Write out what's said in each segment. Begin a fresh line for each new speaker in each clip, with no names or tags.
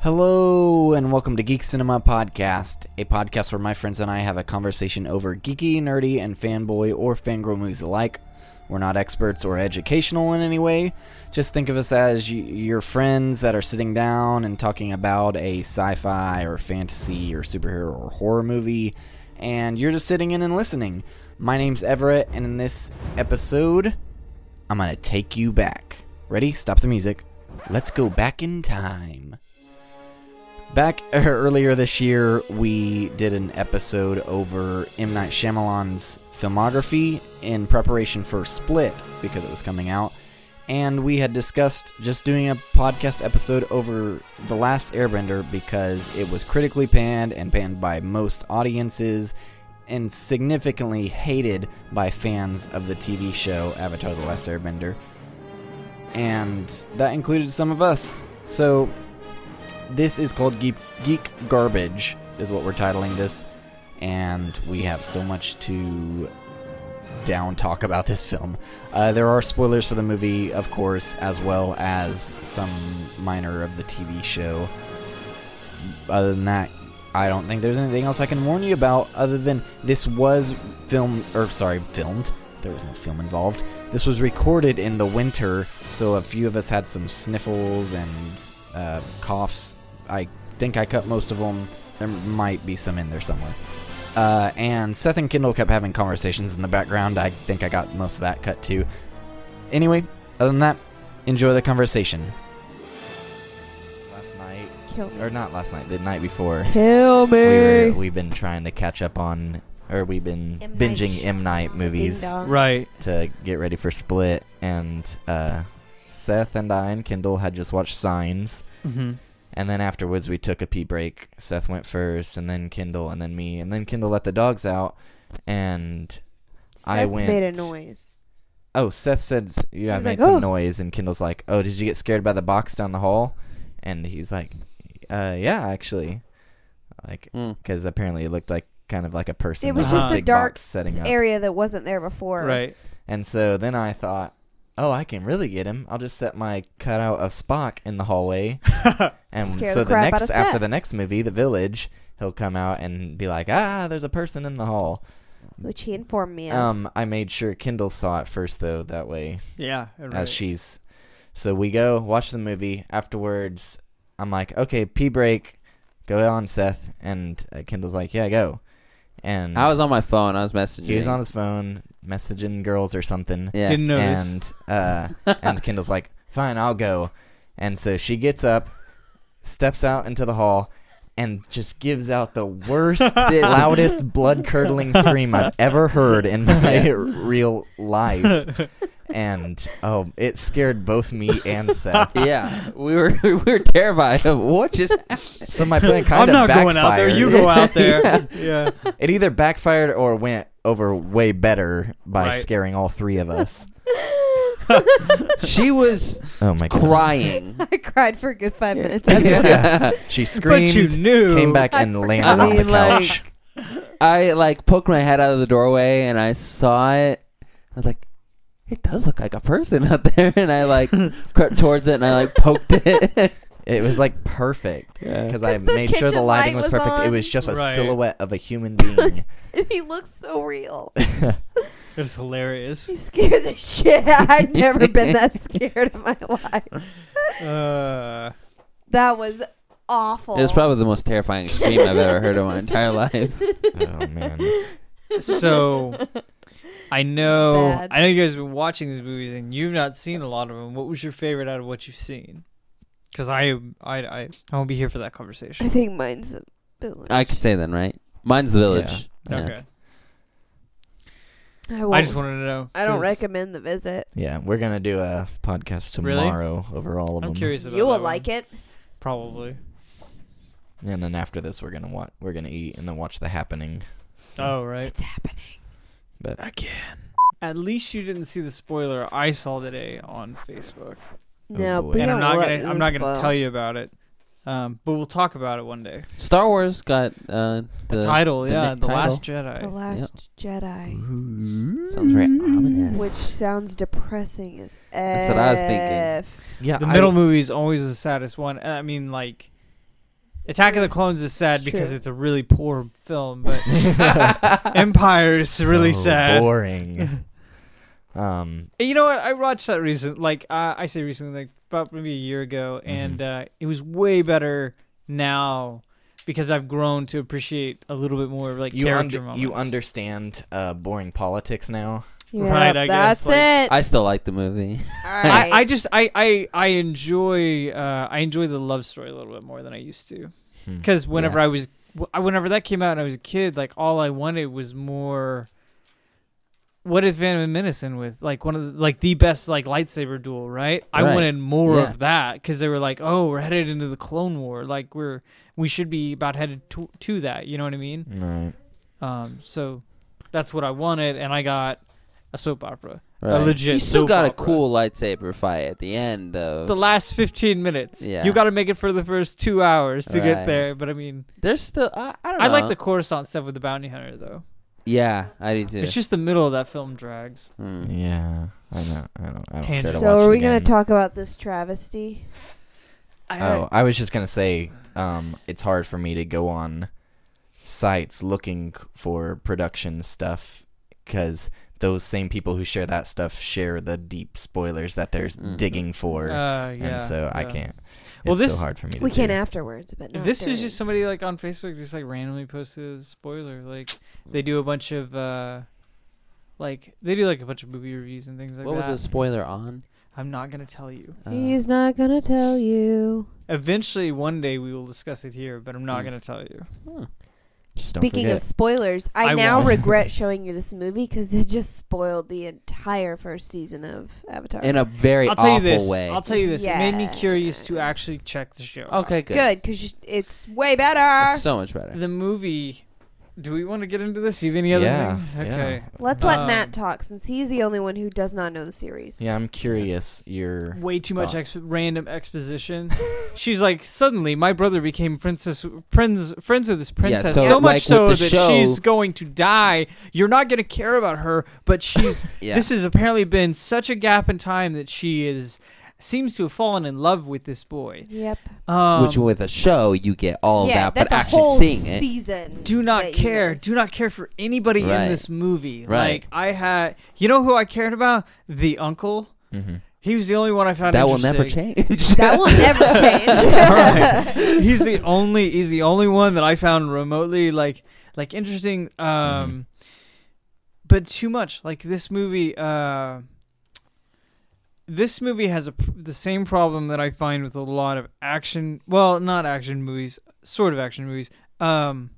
Hello, and welcome to Geek Cinema Podcast, a podcast where my friends and I have a conversation over geeky, nerdy, and fanboy or fangirl movies alike. We're not experts or educational in any way. Just think of us as y- your friends that are sitting down and talking about a sci fi or fantasy or superhero or horror movie, and you're just sitting in and listening. My name's Everett, and in this episode, I'm going to take you back. Ready? Stop the music. Let's go back in time. Back earlier this year, we did an episode over M. Night Shyamalan's filmography in preparation for Split because it was coming out. And we had discussed just doing a podcast episode over The Last Airbender because it was critically panned and panned by most audiences and significantly hated by fans of the TV show Avatar The Last Airbender. And that included some of us. So this is called Geek, Geek Garbage, is what we're titling this. And we have so much to down talk about this film. Uh, there are spoilers for the movie, of course, as well as some minor of the TV show. Other than that, I don't think there's anything else I can warn you about other than this was filmed, or sorry, filmed. There was no film involved. This was recorded in the winter, so a few of us had some sniffles and uh, coughs. I think I cut most of them. There might be some in there somewhere. Uh, and Seth and Kendall kept having conversations in the background. I think I got most of that cut too. Anyway, other than that, enjoy the conversation.
Last night,
Kill me.
or not last night, the night before,
Kill me.
we were, we've been trying to catch up on, or we've been
M. Night
binging M Night movies
Ding dong.
Right.
to get ready for Split, and uh, Seth and I and Kendall had just watched Signs,
Mm-hmm.
and then afterwards we took a pee break. Seth went first, and then Kendall, and then me, and then Kendall let the dogs out, and I
Seth made a
went-
noise.
oh, Seth said s- you
He
yeah,
was
made
like,
some
"Oh."
noise, and Kendall's like, oh, did you get scared by the box down the hall? And he's like, uh, yeah, actually, like. because apparently it looked like kind of like a person.
It was
in
just a
big
dark
box setting up.
Area that wasn't there before.
Right.
And so then I thought, oh, I can really get him. I'll just set my cutout of Spock in the hallway, and
Scare
so
the
the,
crap
next
outta
after
Seth.
the next movie, The Village, he'll come out and be like, ah, there's a person in the hall.
Which he informed me of.
Um, I made sure Kendall saw it first though. That way,
Yeah.
as she's, so we go watch the movie. Afterwards, I'm like, okay, pee break, go on, Seth, and uh, Kendall's like, yeah, go. And
I was on my phone. I was messaging.
He was on his phone messaging girls or something,
Yeah.
Didn't notice.
and uh, and Kendall's like, "Fine, I'll go." And so she gets up, steps out into the hall, and just gives out the worst, loudest, blood curdling scream I've ever heard in my real life. And oh, it scared both me and Seth.
yeah, we were we were terrified of what just happened.
So my plan kind
I'm
of
not going out there. You go out
Yeah.
there. yeah.
It either backfired or went over way better by
Right.
scaring all three of us.
She was
Oh my god.
crying.
I cried for a good five minutes.
Yeah.
She
But
screamed,
you knew.
came back
I
and
forgot.
landed
I
on the
mean, like-
couch.
I like poked my head out of the doorway and I saw it. I was like, it does look like a person out there, and I like crept towards it and I like poked it.
It was like perfect because I
'Cause the
made sure the
kitchen light
lighting
was
was perfect. It
on.
was just a
Right.
silhouette of a human being.
and he looks so real.
It's hilarious.
He scares the shit out. I've never been that scared in my life.
Uh,
That was awful.
It was probably the most terrifying scream I've ever heard in my entire life.
oh man,
so I know.
bad.
I know you guys have been watching these movies and you've not seen a lot of them. What was your favorite out of what you've seen? Because I, I, I, I won't be here for that
I
conversation.
think mine's a village.
I could say then, right? Mine's the village. Yeah.
Okay.
I,
I
won't
just wanted to know.
I don't
'cause
recommend the visit.
yeah, we're gonna do a podcast
Really?
tomorrow over all of
I'm
them,
curious about
You
that
will
one.
like it.
probably.
and then after this, we're gonna watch. We're gonna eat and then watch the happening.
Oh right.
It's happening.
But
At least you didn't see the spoiler I saw today on Facebook.
No,
boy.
but
and
you don't
I'm not
let
gonna I'm
them
not gonna
spoil.
tell you about it. Um, but we'll talk about it one day.
Star Wars got uh,
The,
the
title,
the
yeah,
net
The Last
The
Jedi.
Last Jedi.
sounds very ominous.
Which sounds depressing as F.
That's what I was thinking.
yeah,
The
I-
middle movie is always the saddest one. and I mean, like Attack of the Clones is sad because
Sure.
it's a really poor film, but Empire is really
So
sad.
Boring. um,
And You know what? I watched that recent, like uh, I say recently, like about maybe a year ago,
Mm-hmm.
and uh, it was way better now because I've grown to appreciate a little bit more of, like
you
character
under,
moments.
you understand uh, boring politics now.
Right, I guess,
that's
like-
it.
I still like the movie.
All
I,
right.
I just I I I enjoy uh, I enjoy the love story a little bit more than I used to
Hmm.
because whenever
Yeah.
I was w- whenever that came out and I was a kid, like all I wanted was more. What if Phantom Menace in with like one of the, like the best like lightsaber duel, right? I
Right.
wanted more
Yeah.
of that because they were like, oh, we're headed into the Clone War, like we're we should be about headed to, to that. You know what I mean?
Right.
Um, so that's what I wanted, and I got a soap opera, a
Right.
legit.
You still
soap
got a
opera
cool lightsaber fight at the end of.
the last 15 minutes.
Yeah.
You got to make it for the first two hours to
Right.
get there. But I mean,
There's still I, I don't know.
I like the Coruscant stuff with the bounty hunter, though.
Yeah, I do too.
It's just the middle of that film drags.
Mm.
Yeah. I know. I don't. I don't care to
Tangent.
so
watch
are
it
we gonna
again.
talk about this travesty?
Oh, I was just gonna say, um, it's hard for me to go on sites looking for production stuff because those same people who share that stuff share the deep spoilers that they're
Mm-hmm.
Mhm.
digging for,
Uh, yeah.
and so I
yeah.
can't.
Well,
it's
this-
so hard for me. To
We
do.
can afterwards, but not
This was
during.
just somebody like on Facebook just like randomly posted a spoiler. Like they do a bunch of uh like they do like a bunch of movie reviews and things like
what was
that.
the spoiler on?
I'm not gonna tell you.
Uh,
He's not gonna tell you.
Eventually one day we will discuss it here, but I'm not
Hmm.
gonna tell you.
Just don't
Speaking of
forget.
spoilers, I,
I
now
won't.
regret showing you this movie because it just spoiled the entire first season of Avatar.
in a very
I'll tell you
awful
this.
way.
I'll tell you this. It made me
Yeah.
curious to actually check the show. out.
okay, good.
Good, because it's way better.
It's so much better.
the movie. Do we want to get into this? You have any other
Yeah,
thing?
yeah.
Okay.
Let's let
Um,
Matt talk since he's the only one who does not know the series.
yeah, I'm curious. Your
Way too much
Thoughts.
exp- random exposition. she's like, suddenly my brother became princess, friends, friends with this princess.
so,
so
like,
much
with
so
the
that
show-
she's going to die. You're not going to care about her, but she's.
Yeah.
This has apparently been such a gap in time that she is seems to have fallen in love with this boy.
Yep.
Um,
Which with a show you get all
yeah,
of that,
that's
but
a
actually
whole
seeing it.
season.
do not
that you
care.
missed.
Do not care for anybody
Right.
in this movie.
Right.
Like I had, you know who I cared about? The uncle.
Mhm.
He was the only one I found.
That will never
interesting.
change.
Mm-hmm. That will never change.
he's the only. He's the only one that I found remotely like like interesting. Um,
Mm-hmm.
but too much. Like this movie. Uh, this movie has a, pr- the same problem that I find with a lot of action. Well, not action movies. Sort of action movies. Um,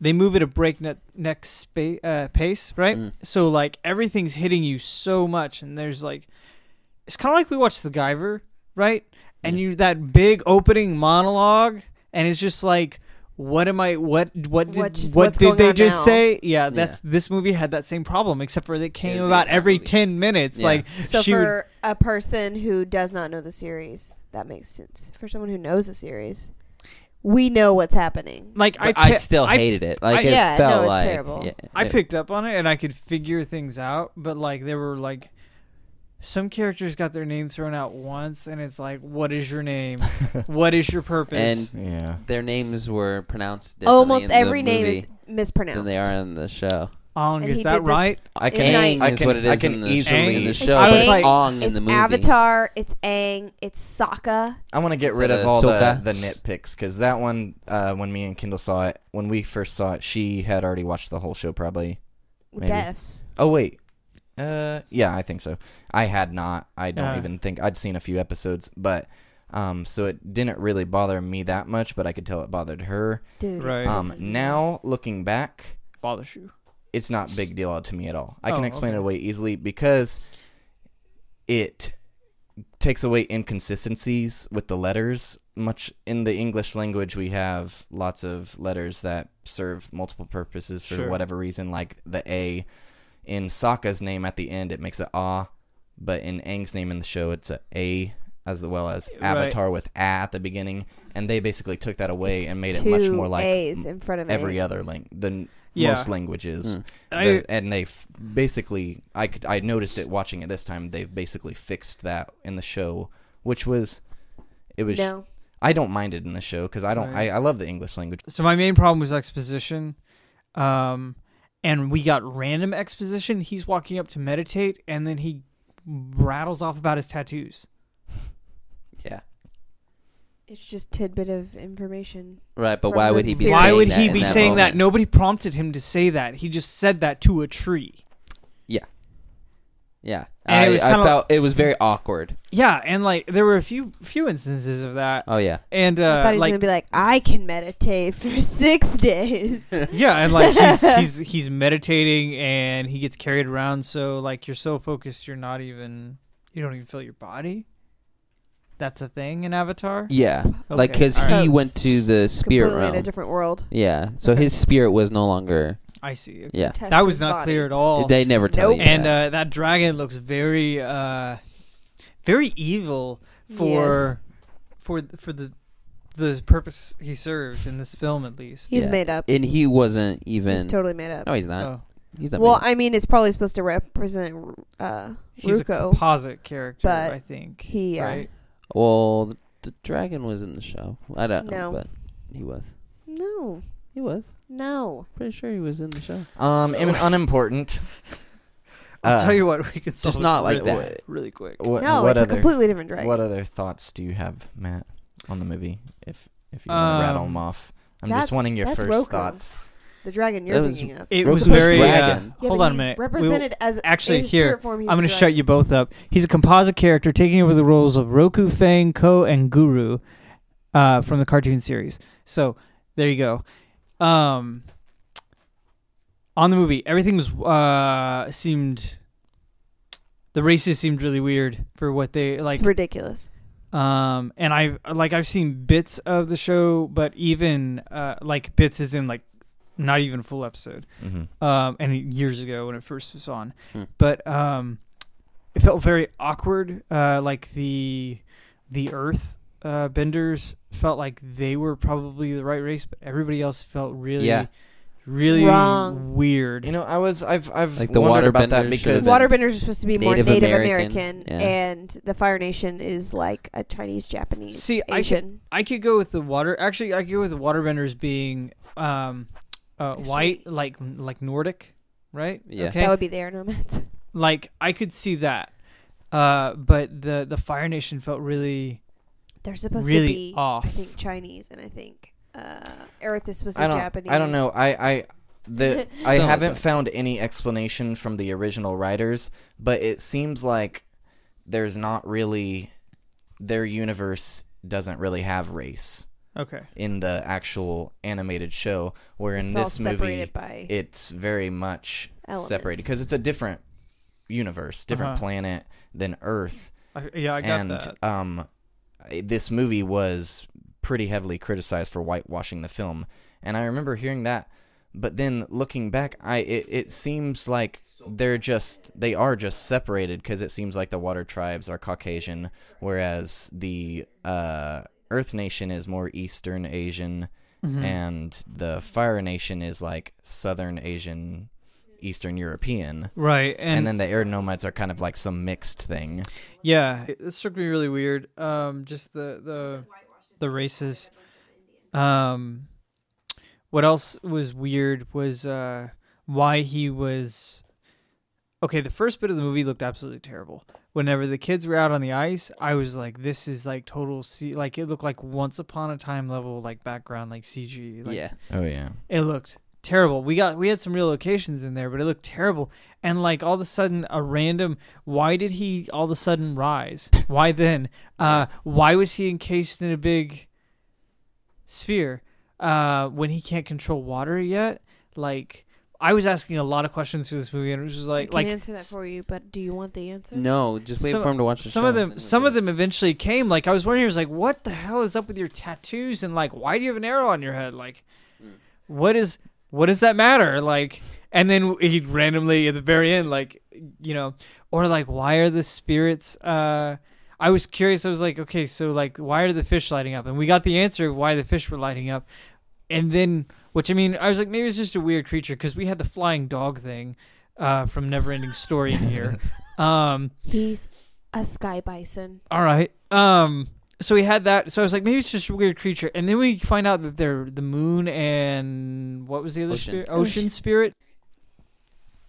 they move at a breakneck neck spa- uh, pace, right?
Mm.
So like everything's hitting you so much, and there's like, it's kind of like we watched The Guyver, right? And you that big opening monologue, and it's just like, what am I? What what did
What just-
what
what's
did
going
they
on
just
now?
say? Yeah, that's this movie had that same problem, except for it
It
came
was the
about
entire
every
movie.
ten minutes.
Yeah.
Like
so
she would,
for a person who does not know the series, that makes sense. For someone who knows the series, we know what's happening.
like I
But I,
pi-
still
I
hated it. Like
I-
it
Yeah,
felt
no, it's
like
terrible.
Yeah,
I
it-
picked up on it and I could figure things out, but like there were like some characters got their name thrown out once and it's like what is your name? what is your purpose?
And
yeah.
their names were pronounced differently
Almost
in the
every name
movie
is mispronounced.
than they are in the show.
Ong,
and
is
he
that
did this-
right?
I
can- Ing
is what it is
I can
in the,
easily.
in the
It's
show.
I was
it's
like-
Ong in
it's
the movie.
Avatar. It's Aang. It's Sokka.
I want to get
So
rid
the
of all
Sokka.
the, the nitpicks because that one, uh, when me and Kendall saw it, when we first saw it, she had already watched the whole show probably. Maybe.
Deaths.
Oh wait, uh, yeah, I think so. I had not. I don't
Yeah.
even think I'd seen a few episodes, but um, so it didn't really bother me that much, but I could tell it bothered her.
Dude.
Right.
Um,
this is-
now looking back,
Bother shoe.
it's not a big deal to me at all. I can
Oh,
explain
okay.
it away easily because it takes away inconsistencies with the letters. Much in the English language, we have lots of letters that serve multiple purposes for
Sure.
whatever reason, like the A. In Sokka's name at the end, it makes it ah, but in Aang's name in the show, it's a A as well as
Right.
Avatar with A at the beginning. And they basically took that away
It's
and made it much
two
more like
A's in front of
every
Aang.
other ling- than
Yeah.
most languages.
Mm.
I-
The- and they f- basically, I could, I noticed it watching it this time. They've basically fixed that in the show, which was, it was.
No.
I don't mind it in the show because I don't.
Right.
I, I love the English language.
So my main problem was exposition, um, and we got random exposition. He's walking up to meditate, and then he rattles off about his tattoos.
Yeah.
It's just tidbit of information.
Right, but
From
why
the
would he be?
series.
Why
saying
would
that
he
in
be
that
saying that?
moment?
Nobody prompted him to say that. He just said that to a tree.
Yeah,
And
I,
it was
I
kinda
felt it was very awkward.
Yeah, and like there were a few few instances of that,
Oh yeah,
and
I thought
uh,
he was
like
gonna be like, I can meditate for six days.
yeah, and like he's he's he's meditating and he gets carried around. So like you're so focused, you're not even you don't even feel your body. That's a thing in Avatar.
yeah, like
Okay,
because
all
he
right.
went to the spirit
Completely
realm.
in a different world.
yeah, so his spirit was no longer.
I see.
Yeah,
Test
That
his
was not
body.
clear at all.
they never tell
Nope.
you.
Oh. and
that.
uh, that dragon looks very uh, very evil for for for the the purpose he served in this film at least.
He's
Yeah.
made up.
and he wasn't even.
He's totally made up.
no, he's not.
Oh,
He's not.
well,
being-
I mean, it's probably supposed to represent uh,
he's a
Ruko.
composite character,
but
I think.
he, uh,
right?
well, the, the dragon was in the show. I don't
No.
know, but he was.
no,
He was.
no.
Pretty sure he was in the show.
Um,
So-
im- unimportant.
I'll
Uh,
tell you what, we could solve
just not
it
like
really,
that.
really quick.
What,
no,
what
it's
other,
a completely different dragon.
What other thoughts do you have, Matt, on the movie? If if you want to rattle
Um,
them off, I'm
that's-
just wanting your
that's
first
Roku.
thoughts.
the dragon you're
That was-
thinking of.
It
We're
was
supposed to
very. Uh,
dragon.
Yeah,
hold
but
on a
he's
minute. We will-
Represented as
actually,
in
here,
spirit form, he's
I'm going
the
to shut
dragon.
you both up. He's a composite character taking over the roles of Roku, Fang, Ko, and Guru uh, from the cartoon series. So there you go. Um, on the movie, everything was uh, seemed the races seemed really weird for what they like.
it's ridiculous.
Um, and I like I've seen bits of the show, but even uh, like bits is in like not even full episode
Mm-hmm.
um, and years ago when it first was on.
Hmm.
But um, it felt very awkward. Uh, like the the Earth uh, benders felt like they were probably the right race, but everybody else felt really,
Yeah.
really
Wrong.
weird.
You know, I was I've I've
Like the
wondered about that
waterbenders should've
because
been-
Waterbenders are supposed to be more
Native
Native,
American,
American,
yeah.
and the Fire Nation is like a Chinese, Japanese,
See, I
Asian.
I could go with the water. Actually, I could go with the waterbenders being um, uh,
Actually-
white, like like Nordic, right?
Yeah.
Okay.
That would be the air nomads.
like I could see that. Uh, but the the Fire Nation felt really
They're supposed
really
to be,
off.
I think, Chinese, and I think uh, Earth is supposed to
I
be
don't
Japanese.
I don't know I I the I
Something like
haven't
that.
found any explanation from the original writers, but it seems like there's not really their universe doesn't really have race
okay.
in the actual animated show, where in
It's all
this movie
separated by
it's very much separated
Elements.
because it's a different universe, different
Uh-huh.
planet than Earth.
I, yeah, I got
and
that.
um, I- this movie was pretty heavily criticized for whitewashing the film, and I remember hearing that. But then looking back, I it, it seems like they're just they are just separated because it seems like the water tribes are Caucasian, whereas the uh, Earth Nation is more Eastern Asian,
Hmm. Mm-hmm.
and the Fire Nation is like Southern Asian, Eastern European.
Right, and,
And, then the air nomads are kind of like some mixed thing.
yeah, it, it struck me really weird. Um, just the the the races. Um, what else was weird was uh why he was. Okay, the first bit of the movie looked absolutely terrible. Whenever the kids were out on the ice, I was like, "This is like total C." Like it looked like Once Upon a Time level like background like CG. Like,
yeah,
Oh yeah.
it looked terrible. We got we had some real locations in there, but it looked terrible. And like all of a sudden, a random. Why did he all of a sudden rise? Why then? Uh, why was he encased in a big sphere uh, when he can't control water yet? Like I was asking a lot of questions through this movie, and it was just
I
like
can
like
answer that
s-
for you, but do you want the answer?
no, just wait
Some-
for him to watch the
some
show.
of them some of them eventually came like i was wondering I was like what the hell is up with your tattoos and like why do you have an arrow on your head like
Mm.
what is what does that matter like and then he randomly at the very end like you know or like why are the spirits uh i was curious i was like okay so like why are the fish lighting up and we got the answer of why the fish were lighting up and then which i mean i was like maybe it's just a weird creature because we had the flying dog thing uh from never ending story in here um
He's a sky bison.
all right. Um, so we had that. So I was like, maybe it's just a weird creature. And then we find out that they're the moon and what was the other
Ocean.
spirit?
Ocean.
Ocean spirit.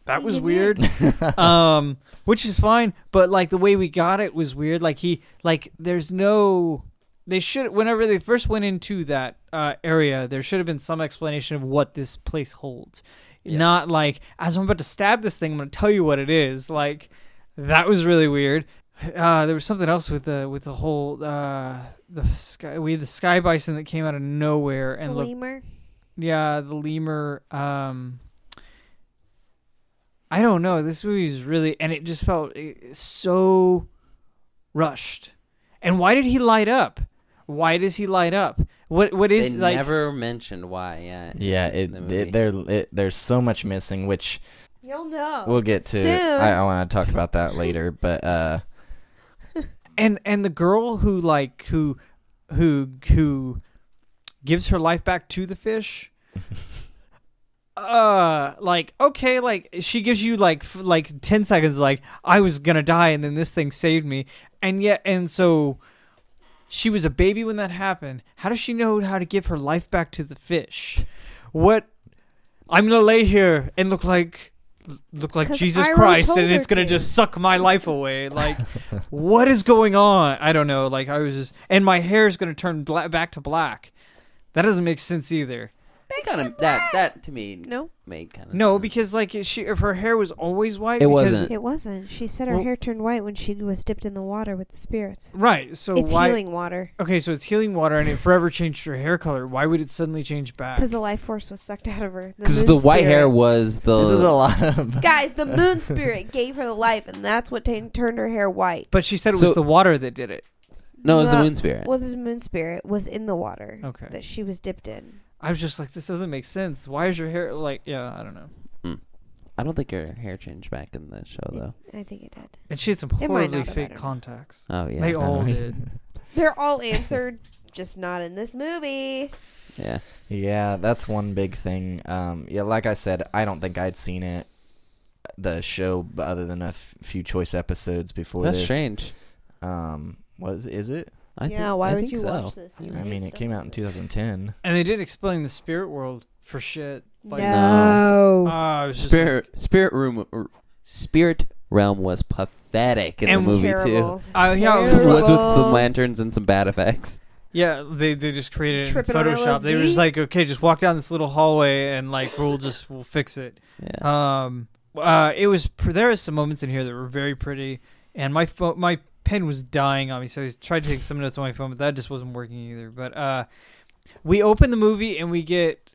That was
Yeah.
weird. um, which is fine, but like the way we got it was weird. Like he, like there's no. They should whenever they first went into that uh, area, there should have been some explanation of what this place holds.
Yeah.
Not like as I'm about to stab this thing, I'm going to tell you what it is. Like that was really weird. Uh, there was something else with the with the whole uh, the sky. We had the sky bison that came out of nowhere and
the
looked
lemur.
yeah, the lemur. Um, I don't know. This movie is really, and it just felt eh, so rushed. And why did he light up? Why does he light up? What what is
they
like?
never mentioned why. Yeah.
yeah, it,
The
it-
movie.
there it, there's so much missing, which
You'll know.
we'll get to.
Oh, soon.
I, I want to talk about that later, but uh,
and and the girl who like who who who gives her life back to the fish uh like okay like she gives you like f- like 10 seconds like i was gonna die and then this thing saved me and yet and so she was a baby when that happened how does she know how to give her life back to the fish what i'm gonna lay here and look like look like
'Cause
jesus
Iroh
christ
told
and it's
her
gonna
to.
just suck my life away like what is going on? I don't know. Like I was just, and my hair is going to turn bla- back to black. That doesn't make sense either.
Kind of that that to me
no,
made kind of
No,
sense.
because like if she, if her hair was always white,
It
because-
wasn't.
it wasn't. She said her
Well-
hair turned white when she was dipped in the water with the spirits.
right. So
it's
why?
healing water
Okay, so it's healing water, and it forever changed her hair color. Why would it suddenly change back?
because the life force was sucked out of her.
because
moon
the white hair
spirit-
was the
this is a lot of.
Guys, the moon spirit gave her the life, and that's what t- turned her hair white.
But she said it
So-
was the water that did it.
no, it was the
No,
moon spirit.
Well, this moon spirit was in the water
Okay.
that she was dipped in.
I was just like, this doesn't make sense. Why is your hair like? Yeah, I don't know.
I don't think her hair changed back in the show though.
I think it did.
And she had some
It might
horribly
not have, I
fake
don't know.
contacts.
Oh yeah,
They all did.
They're all answered, just not in this movie.
yeah.
Yeah, that's one big thing. Um, yeah, like I said, I don't think I'd seen it, the show, b- other than a f- few choice episodes before
That's
this.
strange.
Um, was is it?
I
yeah,
think-
why
I
would
think
you
so.
watch this? You
I
need
mean, it
stuff
came out in 2010.
And they did explain the spirit world for shit. Like,
No. Um,
Uh, I was just like,
Spirit Spirit Room or Spirit Realm was pathetic in
And
the
was
movie
terrible.
too.
I- yeah, I was
Some
just like,
woods with some
Terrible.
lanterns and some bad effects.
Yeah, they they just created it in
Tripping on
Photoshop. They were
LSD?
just like, okay, just walk down this little hallway and like we'll just we'll fix it.
Yeah.
Um, uh, it was pr- there are some moments in here that were very pretty, and my phone my pen was dying on me, so I tried to take some notes on my phone, but that just wasn't working either. But uh, we open the movie and we get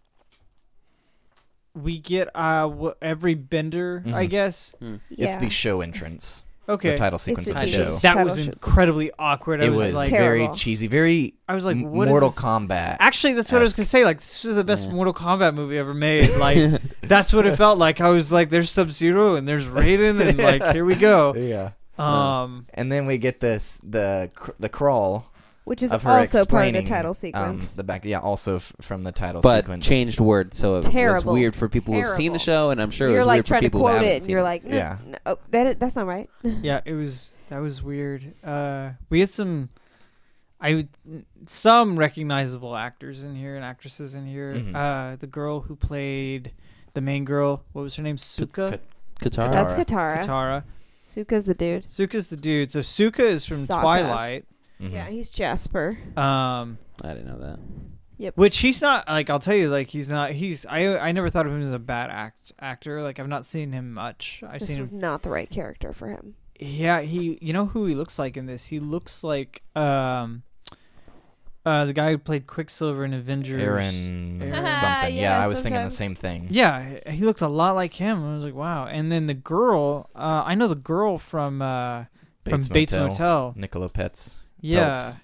we get uh wh- every bender, I
Mhm.
guess.
Yeah.
It's the show entrance.
Okay,
The title sequence
a
of the
tease.
show.
It's
that
title
was
shows.
incredibly awkward. I
It
was,
was
like,
terrible.
very cheesy, very
I was like,
m-
what is
Mortal
this?
Kombat.
Actually, that's what I was gonna say. Like, this was the best
Yeah.
Mortal Kombat movie ever made. Like, that's what it felt like. I was like, there's Sub Zero and there's Raiden, and like, here we go.
yeah.
Um,
And then we get this the cr- the crawl
Which is
of her
also part of the
explaining,
title
um,
sequence.
the back, yeah, also f- from the title
But
sequence.
changed words, so it
Terrible.
was weird for people who've seen the
Terrible.
show, and I'm sure it
you're
was
like
weird for
trying to
people who
quote
haven't
it, and
seen
you're like, no,
Yeah.
no, oh, that, that's not right.
yeah, it was that was weird. Uh, we had some, I would- some recognizable actors in here and actresses in here.
Mhm.
Uh, the girl who played the main girl, what was her name? Suka.
Katara.
That's
Katara.
Katara.
Katara.
Suka's the dude.
Suka's the dude. So Suka is from
Sokka.
Twilight.
Mhm.
Yeah, he's Jasper.
Um.
I didn't know that.
Which he's not like I'll tell you like he's not he's I I never thought of him as a bad act actor like I've not seen him much I've
This
seen
was
him
not the right character for him.
yeah he you know who he looks like in this he looks like um uh the guy who played Quicksilver in Avengers
Aaron,
Aaron.
something. yeah,
Yeah,
I was thinking the
sometimes.
same thing.
yeah he he looked a lot like him I was like wow and then the girl uh I know the girl from uh from Bates Motel,
Niccolo Pets.
yeah
Peltz.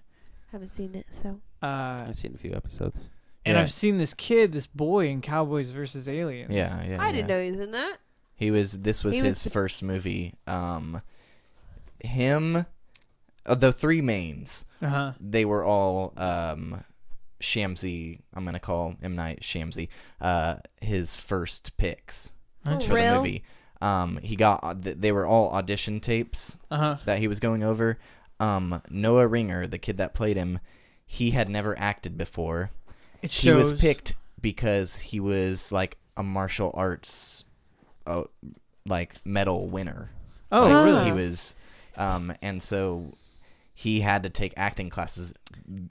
Haven't seen it, so
uh
I've seen a few episodes.
and
Yeah.
I've seen this kid this boy in Cowboys versus Aliens
Yeah, yeah.
I didn't
yeah.
know he was in that.
He was. This was
He was
his
the-
first movie. Um, him, uh, the three mains.
uh huh
They were all um, Shamsi. I'm gonna call M Night Shamsi. Uh, his first picks for
Oh, Real?
uh, the movie. Um, he got. They were all audition tapes
uh huh
that he was going over. um, Noah Ringer, the kid that played him, he had never acted before.
It
He was picked because he was like a martial arts, uh, like medal winner.
Oh,
Like,
really?
He was, um, and so he had to take acting classes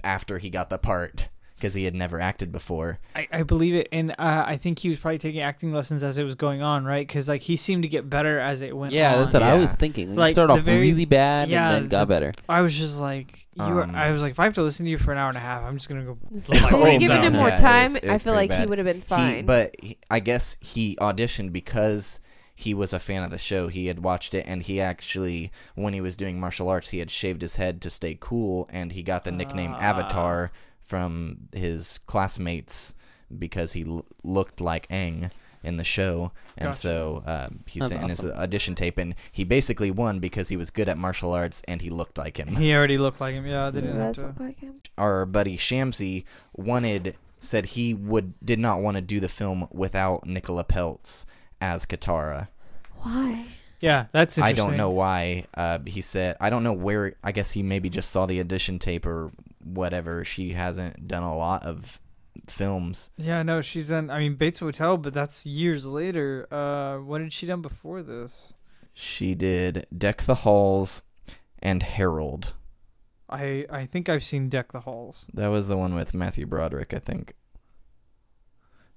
after he got the part because he had never acted before.
I, I believe it, and uh, I think he was probably taking acting lessons as it was going on, right? Because like he seemed to get better as it went.
yeah,
on.
that's what I
Yeah.
was thinking. Like,
Like,
you started
the
off
very-
really bad
yeah,
and then got
the-
better.
I was just like, you were.
Um,
I was like, if I have to listen to you for an hour and a half, I'm just gonna go.
If
Like,
they
brains
were given
out.
him more
Yeah, it
time,
was- it
I
was
feel
pretty
like he
bad.
would have been
He,
fine.
but he, I guess he auditioned because he was a fan of the show. He had watched it, and he actually, when he was doing martial arts, he had shaved his head to stay cool, and he got the nickname
Ah.
Avatar from his classmates because he l- looked like Aang in the show. And
Gotcha.
so um, he
That's
sent in his
awesome.
audition tape, and he basically won because he was good at martial arts and he looked like him
He already looked like him. Yeah, they
He
didn't have
does
to.
look like him.
our buddy Shamsi wanted said he would did not want to do the film without Nicola Peltz as Katara.
Why?
Yeah, that's.
I
Interesting.
don't know why. Uh, he said I don't know where. I guess he maybe just saw the audition tape or whatever. She hasn't done a lot of films.
Yeah, no, she's in. I mean, Bates Motel, but that's years later. Uh, what had she done before this?
She did Deck the Halls and Harold.
I I think I've seen Deck the Halls.
That was the one with Matthew Broderick, I think.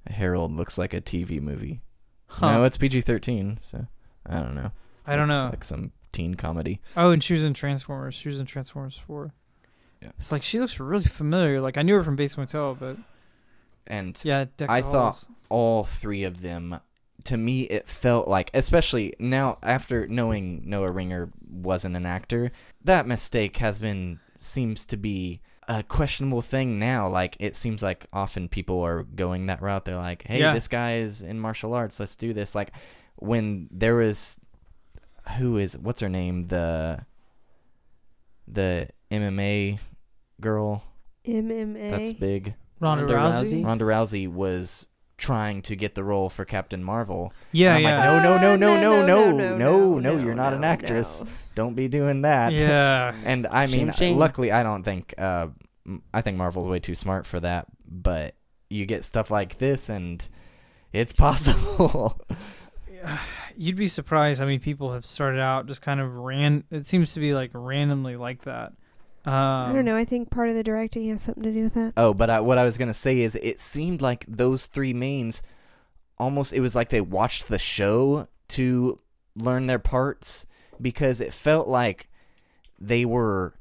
Harold looks like a TV movie.
Huh.
No, it's PG thirteen, so I don't know.
I don't
It's
know.
Like some teen comedy.
Oh, and she was in Transformers. She was in Transformers Four.
Yeah.
It's like she looks really familiar. Like I knew her from Bates Motel, but
And
yeah, Deck
I
the
thought-
Halls.
all three of them, to me, it felt like, especially now after knowing Noah Ringer wasn't an actor, that mistake has been, seems to be a questionable thing now. Like, it seems like often people are going that route. They're like, hey,
Yeah.
this guy is in martial arts. Let's do this. Like, when there was, who is, what's her name? The, the MMA girl
MMA.
that's big.
Ronda,
Ronda
Rousey.
Rousey?
Ronda Rousey was trying to get the role for Captain Marvel.
Yeah,
I'm like,
yeah,
no, no, no, no, no, no, no, no, you're not an actress.
Um,
Don't be doing that.
Uh,
yeah.
And I
Shame,
mean,
shame.
luckily, I don't think. Uh, m- I think Marvel's way too smart for that. But you get stuff like this, and it's possible.
You'd be surprised how many people have started out just kind of ran. It seems to be like randomly like that. Um,
I don't know. I think part of the directing has something to do with that.
oh, but I, what I was gonna say is, it seemed like those three mains almost. It was like they watched the show to learn their parts because it felt like they were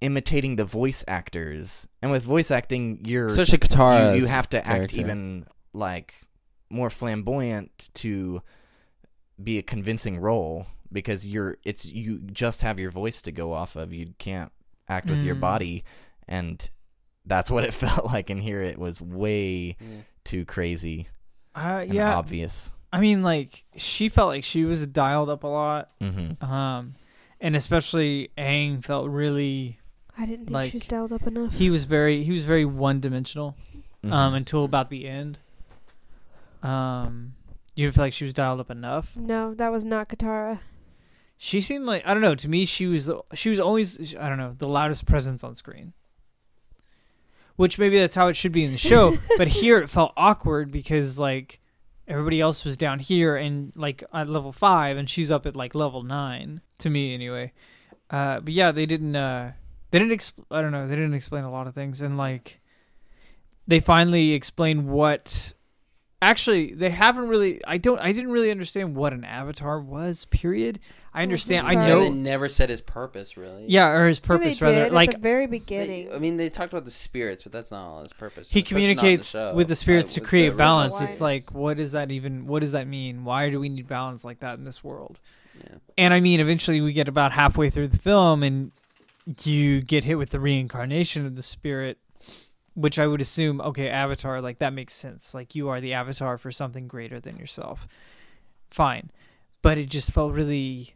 imitating the voice actors. And with voice acting, you're
Especially Katara.
you, you have to act even like more flamboyant to be a convincing role because you're it's you just have your voice to go off of you can't act with your
Mm.
body and that's what it felt like in here it was way too crazy
Uh,
and
yeah,
obvious
I mean, like she felt like she was dialed up a lot,
mm-hmm.
um, and especially Aang felt really.
I didn't think
Like,
she was dialed up enough.
He was very he was very one dimensional.
Mm-hmm.
um, until about the end. Um, you didn't feel like she was dialed up enough.
no, that was not Katara.
She seemed like I don't know. To me, she was the- she was always I don't know the loudest presence on screen. Which maybe that's how it should be in the show, but here it felt awkward because like everybody else was down here and like at level five, and she's up at like level nine to me anyway. Uh, but yeah, they didn't uh, they didn't exp- I don't know they didn't explain a lot of things, and like they finally explain what actually they haven't really I don't I didn't really understand what an avatar was. Period. I
Oh,
understand.
I'm
I
sorry.
know.
They never said his purpose, really.
Yeah, or his
Yeah,
purpose
they did
rather.
at
Like
the very
They-
beginning.
I mean, they talked about the spirits, but that's not all his purpose.
he
especially not in the
communicates
show.
with the spirits
Like,
to
with
create
the
balance.
original
It's
writers.
like what does that even what does that mean? Why do we need balance like that in this world?
Yeah.
And I mean eventually we get about halfway through the film and you get hit with the reincarnation of the spirit which I would assume okay avatar like that makes sense. Like you are the avatar for something greater than yourself. Fine. But it just felt really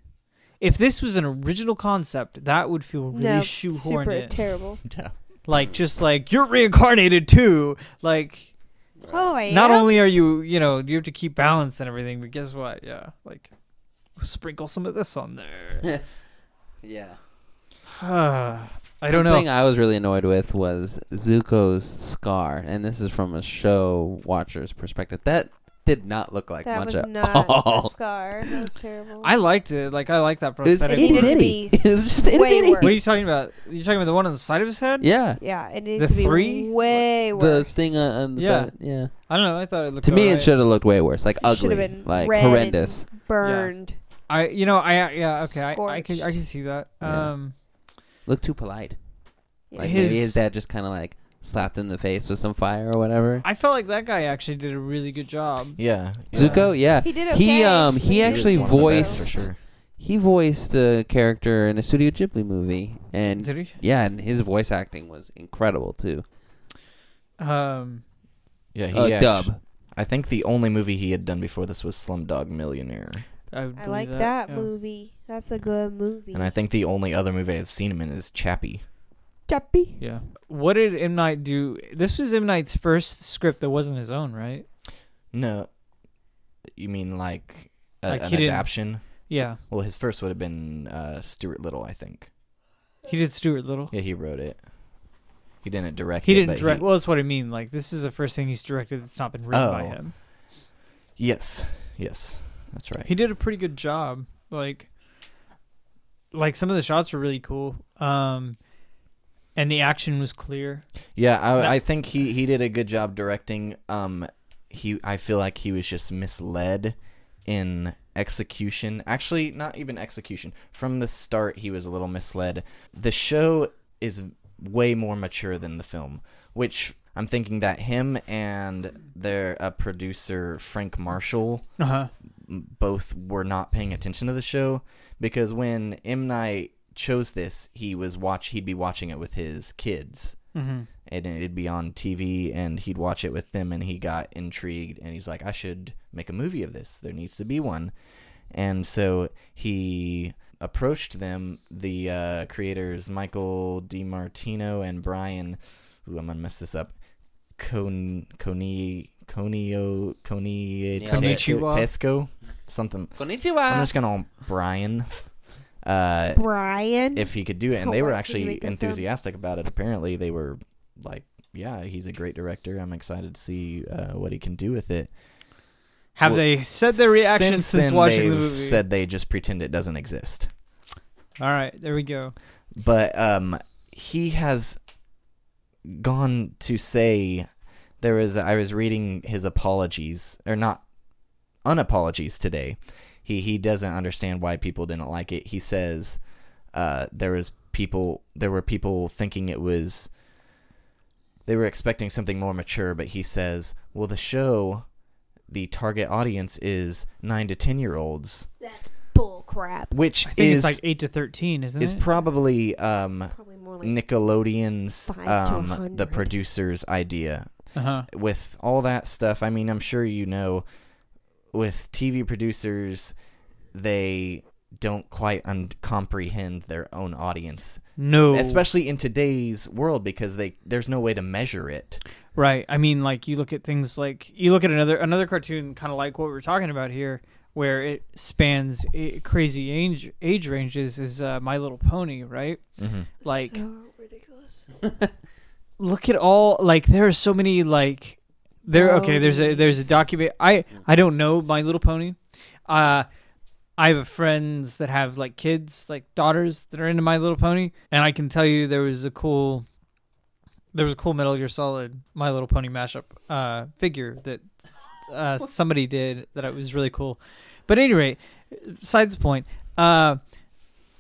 if this was an original concept, that would feel really
no,
shoehorned
super
in.
terrible.
yeah.
like just like you're reincarnated too. Like
Oh, I
not
am?
only are you you know you have to keep balance and everything but guess what yeah like sprinkle some of this on there
Yeah.
I don't know.
Something I was really annoyed with was Zuko's scar, and this is from a show watcher's perspective. That did not look like
that
much
was
at
not a
all.
scar. That was terrible.
I liked it. Like I like that
It was
prosthetic.
It needed to
work.
itty
What
be
bitty. It was just itty
way
bitty.
worse.
are you talking about? You're talking about the one on the side of his head?
Yeah,
Yeah, it needs
The
to be
three?
way
the
worse.
thing uh, on, on the
Yeah.
side. Yeah.
I don't know. I thought it looked.
To me,
alright.
it should have looked way worse. Like
It should
ugly,
have been
like
red
horrendous.
burned.
I you know I yeah okay I, I can I
Scorched.
can see that.
Yeah.
Um,
Looked too polite. Like maybe
His-
his dad just kind of like slapped in the face with some fire or whatever.
I felt like that guy actually did a really good job.
Yeah.
Zuko, yeah,
He did okay.
He, um, he
was
actually
one of the
voiced-
best.
for sure.
he voiced a character in a Studio Ghibli movie, and
Did he?
yeah, and his voice acting was incredible too.
Um,
Yeah, he
Uh,
act-
dub.
I think the only movie he had done before this was Slumdog Millionaire,
I,
I
would believe
like that
yeah.
movie. That's a good movie.
and I think the only other movie I've seen him in is Chappie.
Chappie.
Yeah. What did M Night do? This was M Night's first script that wasn't his own, right?
No, you mean like a,
Like,
an
he didn't-
adaption?
Yeah.
Well, his first would have been uh, Stuart Little, I think.
He did Stuart Little.
Yeah, he wrote it. He didn't direct.
He
it,
didn't
but
direct. well, that's what I mean. Like this is the first thing he's directed that's not been written by
Oh.
him.
Yes, yes, that's right.
He did a pretty good job. Like, like some of the shots were really cool. Um, and the action was clear.
Yeah,
That-
I, I think he, he did a good job directing. Um, he I feel like he was just misled in execution. Actually, not even execution. From the start, he was a little misled. The show is way more mature than the film, which I'm thinking that him and their uh, producer Frank Marshall
Uh huh.
both were not paying attention to the show because when M Night chose this, he was watch he'd be watching it with his kids
Mm-hmm.
and it'd be on TV and he'd watch it with them and he got intrigued and he's like I should make a movie of this there needs to be one and so he approached them the uh, creators Michael DiMartino and Brian ooh I'm gonna mess this up Con Coni Conio Coni
Nailed it.
Konnichiwa.
Tesco something I'm
Konnichiwa.
just gonna Brian uh
Brian.
if he could do it. And
Oh,
they were
why couldn't you
actually
make that sound?
enthusiastic about it. Apparently, they were like, "Yeah, he's a great director. I'm excited to see uh, what he can do with it."
Have
Well,
they said their reaction since,
then,
watching the
they've
movie?
said they just pretend it doesn't exist.
All right, there we go.
But um, he has gone to say there was. I was reading his apologies, or not unapologies today. He he doesn't understand why people didn't like it. He says uh, there was people there were people thinking it was they were expecting something more mature, but he says, well, the show, the target audience is nine to ten year olds,
That's bull crap.
which
I think
is
it's like eight to thirteen, isn't
is
it?
probably um,
Probably more like
Nickelodeon's
Five to
um, the
100.
producer's idea
uh-huh.
with all that stuff. I mean, I'm sure you know with TV producers they don't quite un- comprehend their own audience,
No,
especially in today's world because they there's no way to measure it.
Right. I mean, like you look at things like you look at another another cartoon, kind of like what we're talking about here, where it spans i crazy age age ranges. Is uh, My Little Pony, right?
Mm-hmm.
Like,
so ridiculous.
look at all like there are so many like there. Okay, there's a there's a document. I I don't know My Little Pony. Uh, I have friends that have like kids, like daughters that are into My Little Pony, and I can tell you there was a cool there was a cool Metal Gear Solid My Little Pony mashup uh, figure that uh, somebody did that it was really cool. But anyway, besides the point, uh,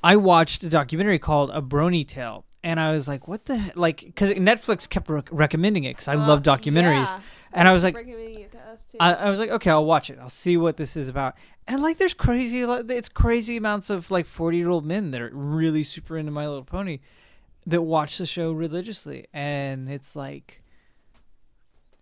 I watched a documentary called A Brony Tale, and I was like, "What the he-" like?" Because Netflix kept rec- recommending it because I love documentaries, and I was like,
recommending it to us too.
I, I was like, okay, I'll watch it. I'll see what this is about. And like, there's crazy, like, it's crazy amounts of like 40 year old men that are really super into My Little Pony that watch the show religiously, and it's like.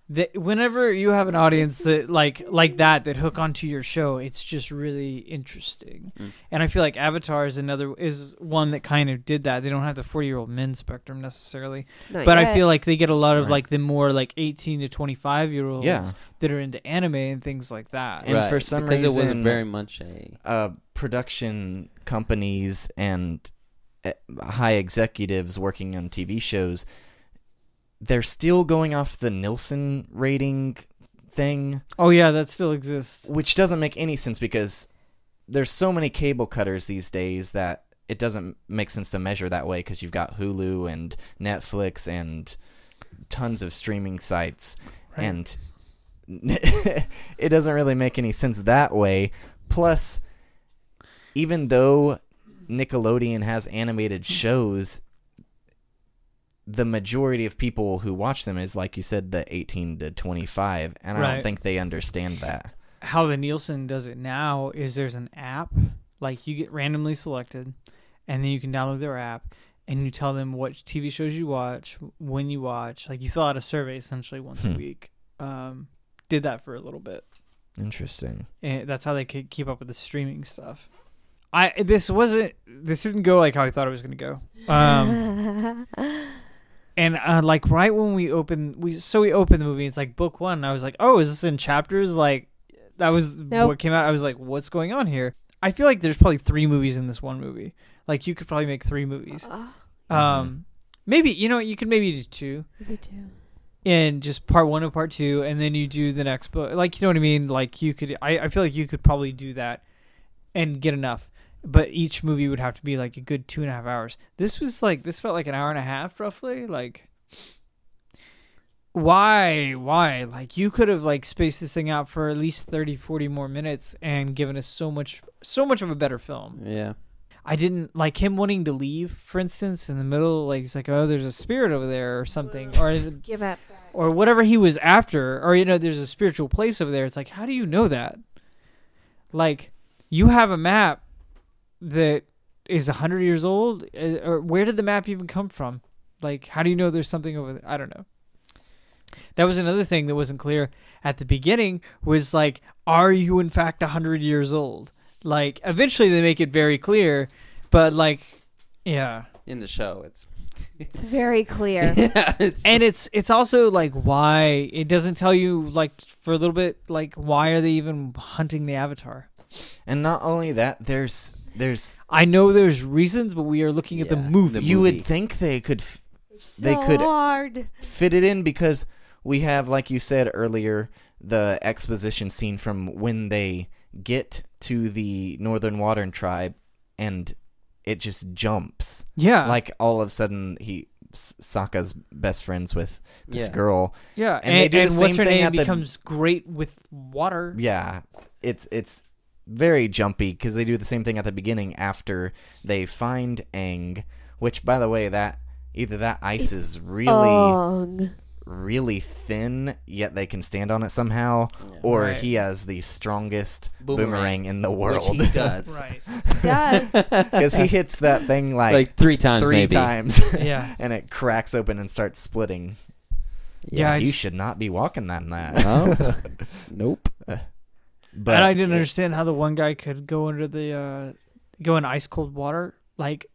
That whenever you have an audience that like like that that hook onto your show, it's just really interesting,
Mm.
and I feel like Avatar is another is one that kind of did that. They don't have the forty year old men spectrum necessarily, but I feel like they get a lot of
Right.
like the more like eighteen to twenty five year olds
Yeah.
that are into anime and things like that.
And for some
because it was
reason-
very much a
Uh, production companies and eh, high executives working on TV shows, they're still going off the Nielsen rating thing,
Oh yeah, that still exists.
which doesn't make any sense because there's so many cable cutters these days that it doesn't make sense to measure that way because you've got Hulu and Netflix and tons of streaming sites
Right.
and it doesn't really make any sense that way plus even though Nickelodeon has animated shows the majority of people who watch them is like you said the 18 to 25 and I
Right.
don't think they understand that
How the Nielsen does it now is there's an app, like you get randomly selected, and then you can download their app and you tell them what TV shows you watch, when you watch. Like you fill out a survey essentially once a
Hmm.
week. Um, did that for a little bit.
Interesting.
and that's how they could keep up with the streaming stuff. I this wasn't this didn't go like how I thought it was gonna go. Um, and uh, like right when we open we so we open the movie, it's like book one. And I was like, oh, is this in chapters? Like that was
Nope.
what came out. I was like, what's going on here? I feel like there's probably three movies in this one movie. Like you could probably make three movies.
Ah,
Um, maybe you know you could maybe do two
me too.
and just part one and part two, and then you do the next book. Like you know what I mean? Like you could, I, I feel like you could probably do that and get enough. But each movie would have to be like a good two and a half hours. This was like this felt like an hour and a half roughly. Like why why like you could have like spaced this thing out for at least 30 40 more minutes and given us so much so much of a better film
Yeah.
I didn't like him wanting to leave, for instance, in the middle. Like he's like, "Oh, there's a spirit over there, or something," or
Give up.
or whatever he was after, or you know, there's a spiritual place over there. It's like, how do you know that? Like, you have a map that is a hundred years old, uh, or where did the map even come from? Like, how do you know there's something over there? I don't know. That was another thing that wasn't clear at the beginning. Was like, are you in fact a hundred years old? Like, eventually they make it very clear, but like, yeah.
In the show, it's
It's very clear.
yeah, it's
and it's it's also like why it doesn't tell you like for a little bit like why are they even hunting the avatar
And not only that, there's there's
i know there's reasons but we are looking at the
Yeah,
movie
the
you
movie.
would think they could f- They
so
could-
hard.
fit it in because we have like you said earlier the exposition scene from when they get to the northern Watern tribe and it just jumps.
yeah like
like all of a sudden he S- Sokka's best friends with this
yeah.
girl.
yeah and,
and they do the
and what's
same
her
thing
name
at the-
becomes great with water
Yeah. It's it's very jumpy cuz they do the same thing at the beginning after they find Aang, which by the way that either that ice
It's-
is really
Ong.
really thin, yet they can stand on it somehow,
Yeah.
or
Right.
he has the strongest boomerang,
Boomerang.
in the
which
world
he does.
right
Does.
because he hits that thing like,
Like, three times,
three
maybe.
times,
yeah
and it cracks open and starts splitting.
Yeah,
you
it's-
should not be walking on that.
No. nope.
But
and i didn't
it-
understand how the one guy could go under the uh go in ice cold water like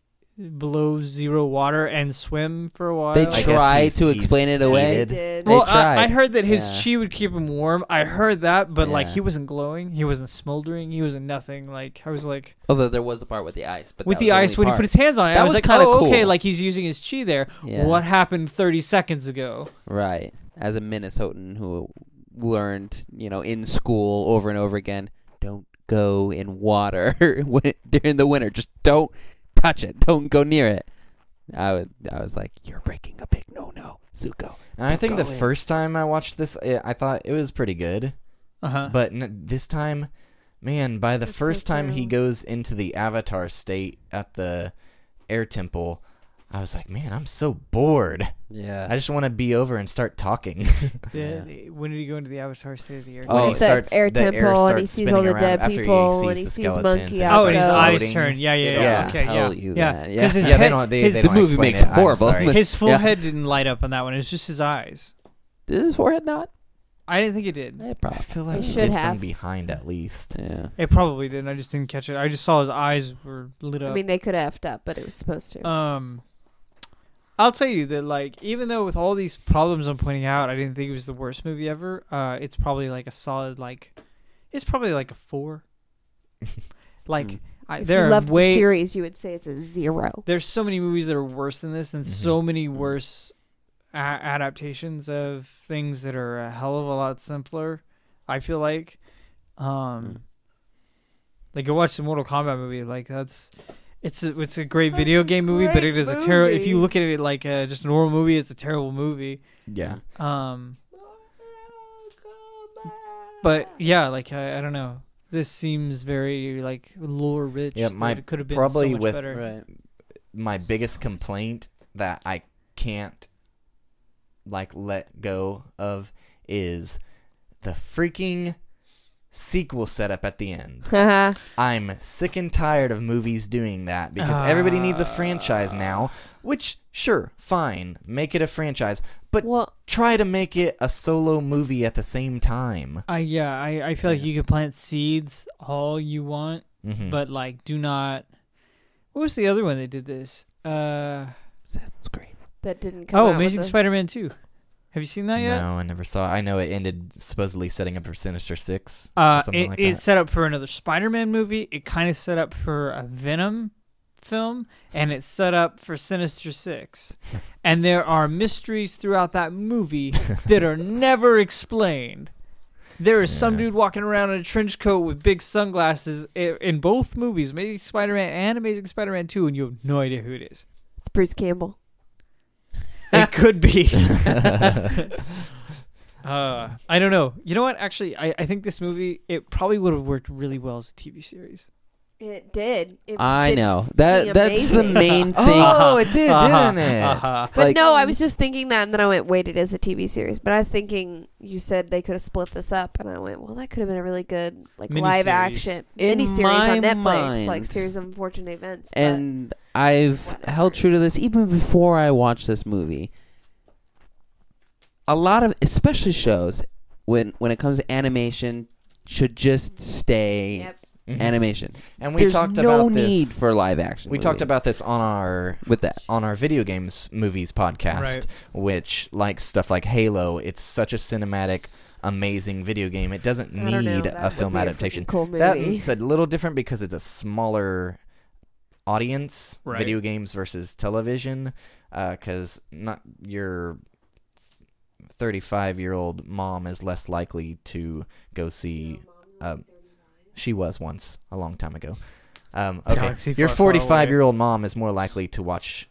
below zero water and swim for a while
They
I guess
Try
he's-
to
he's
explain it away.
He
heated.
did.
They
Well,
tried.
I, I heard that his
Yeah.
chi would keep him warm. I heard that, but like
Yeah.
he wasn't glowing, he wasn't smoldering, he wasn't nothing. Like I was like
Although there was the part with the ice, but that
with
was
the ice
only
when he
part.
put his hands on it,
That
I was,
was
like,
kinda
oh, okay,
cool.
like he's using his chi there.
Yeah.
What happened thirty seconds ago?
Right. As a Minnesotan who learned, you know, in school over and over again, don't go in water when, during the winter. Just don't touch it. Don't go near it. I would. I was like, you're breaking a big no-no, Zuko.
And I think the
Go in.
first time I watched this, i I thought it was pretty good.
Uh
Uh-huh.
huh.
But n- this time, man, by the
It's so
first time he
true.
goes into the Avatar state at the air temple, I was like, man, I'm so bored. I
Yeah.
just want to be over and start talking.
Yeah.
When did he go into the Avatar State of the Air?
Oh,
When
it
it
it's
starts,
air
the air
temple and he
starts
sees all
spinning
the
around
dead
after
people
he
when
sees
he
the
sees
skeletons
monkey
and
eyes.
Oh,
starts
and his eyes
floating.
turn. Yeah, yeah,
They
yeah.
don't
Okay,
tell
yeah,
you
yeah.
that.
'Cause
Yeah.
his
yeah,
head-
they don't. They,
his-
they don't
The movie
explain
makes
it. I'm
horrible.
sorry.
his full
Yeah.
head didn't light up on that one. It was just his eyes.
Did his forehead not?
I didn't think it did.
Eh,
I
probably.
feel like
It
it
should
did
have.
from behind at least.
Yeah.
It probably didn't. I just didn't catch it. I just saw his eyes were lit up.
I mean, they could have effed up, but it was supposed to.
Um, I'll tell you that, like, even though with all these problems I'm pointing out, I didn't think it was the worst movie ever. Uh, it's probably like a solid, like, it's probably like a four. like,
Mm.
I,
If
there
you
are
loved
way
the series, you would say it's a zero.
there's so many movies that are worse than this, and
Mm-hmm.
so many worse a- adaptations of things that are a hell of a lot simpler. I feel like, um,
Mm.
like I watched the Mortal Kombat movie. Like that's, it's a it's a great video game movie, but
great
it is a terrible. If you
movie.
look at it like uh, just a normal movie, it's a terrible movie.
Yeah.
Um, but yeah, like I, I don't know. This seems very like lore rich.
Yeah,
that
my-
it could have been so
probably
much
with-
better.
Right.
my biggest complaint that I can't like let go of is the freaking sequel setup at the end.
Uh-huh.
I'm sick and tired of movies doing that because everybody needs a franchise now, which sure, fine, make it a franchise, but
well,
try to make it a solo movie at the same time.
I yeah, I, I feel like you can plant seeds all you want,
Mhm.
but like do not what was the other one they did this? Uh
That's great.
that didn't come
oh,
out with
Amazing
a-
Spider Man two. Have you seen that yet?
no, I never saw. it. I know it ended supposedly setting up for Sinister Six.
Uh,
something
it,
like
it
that.
set up for another Spider Man movie. It kind of set up for a Venom film, and it set up for Sinister Six. and there are mysteries throughout that movie that are never explained. There is some
Yeah.
dude walking around in a trench coat with big sunglasses i- in both movies, Amazing Spider Man and Amazing Spider Man 2, and you have no idea who it is.
It's Bruce Campbell.
It could be. uh, I don't know. You know what? Actually, I, I think this movie, it probably would have worked really well as a TV series.
It did. It
I
did
know
freaking
that that's the
amazing.
main thing.
Oh, it did,
Uh-huh,
didn't it?
uh-huh.
But
Like-
no, I was just thinking that, and then I went, "Wait, it is a TV series." But I was thinking you said they could have split this up, and I went, "Well, that could have been a really good like
Miniseries.
live action
In
miniseries
my
on Netflix, like
mind-
series of unfortunate events."
uh,
but-
and I've
Whatever.
held true to this even before I watched this movie. A lot of, especially shows, when when it comes to animation, should just stay
Yep.
Mhm.
animation.
and we
There's
talked
no
about this.
need for live action.
we
movies
talked about this on our
with that.
on our video games movies podcast,
Right.
which like stuff like Halo, it's such a cinematic, amazing video game. It doesn't
I don't know,
need
that
a
would
film
be a freaking
adaptation.
cool movie.
That it's a little different because it's a smaller audience,
Right.
video games versus television, because not your thirty-five-year-old mom is less likely to go see. Um, she was once a long time ago. Um, okay,
Galaxy
your
far, far away.
forty-five-year-old mom is more likely to watch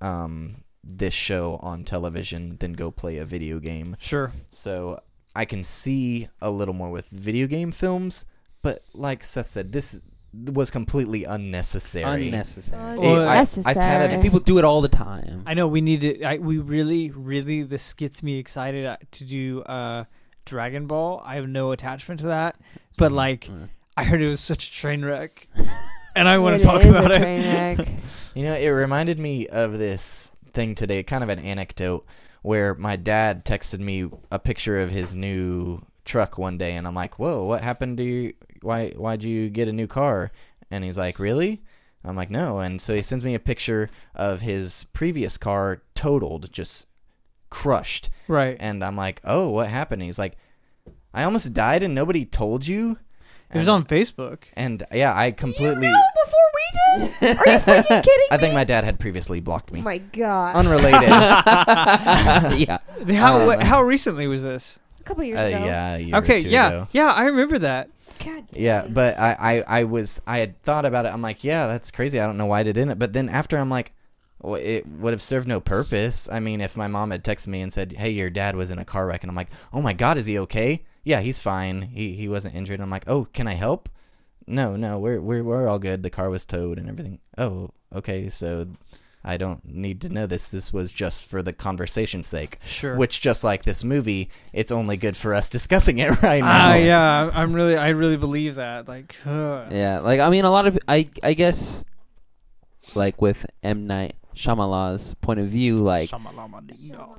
um, this show on television than go play a video game.
Sure.
So I can see a little more with video game films, but like Seth said, this was completely unnecessary.
Unnecessary.
It- I- I've had it-
and people do it all the time.
I know we need to. I, we really, really. This gets me excited uh, to do uh, Dragon Ball. I have no attachment to that,
Hmm.
but like
Mm.
I heard it was such a train wreck, and I want
It
to talk
is
about
a
it.
train wreck.
You know, it reminded me of this thing today, kind of an anecdote where my dad texted me a picture of his new truck one day, and I'm like, "Whoa, what happened to you? Why why'd you get a new car?" And he's like, "Really?" I'm like, "No." And so he sends me a picture of his previous car totaled, just crushed.
Right.
And I'm like, oh, what happened? And he's like, I almost died and nobody told you.
It was
And-
on Facebook.
And yeah, I completely.
You know before we did? Are you freaking kidding
I think
me?
my dad had previously blocked me.
my God,
Unrelated. uh,
yeah.
How how recently was this?
a couple years
Uh,
ago.
Uh, yeah. a Uh, year or
Okay.
two
Yeah.
ago.
Yeah. I remember that.
God damn.
Yeah, but I, I, I was I had thought about it. I'm like, yeah, that's crazy. I don't know why I didn't. But then after I'm like, well, it would have served no purpose. I mean, if my mom had texted me and said, "Hey, your dad was in a car wreck," and I'm like, "Oh my god, is he okay? Yeah, he's fine. He he wasn't injured." I'm like, "Oh, can I help?" No, no, we're we're we're all good. The car was towed and everything. Oh, okay, so I don't need to know this. This was just for the conversation's sake.
Sure.
Which just like this movie, it's only good for us discussing it right now.
Ah, yeah. I'm- I'm really. I really believe that. Like. huh.
Yeah, like I mean, a lot of I I guess, like with M Night Shyamalan's point of view, like
Shamalama, no.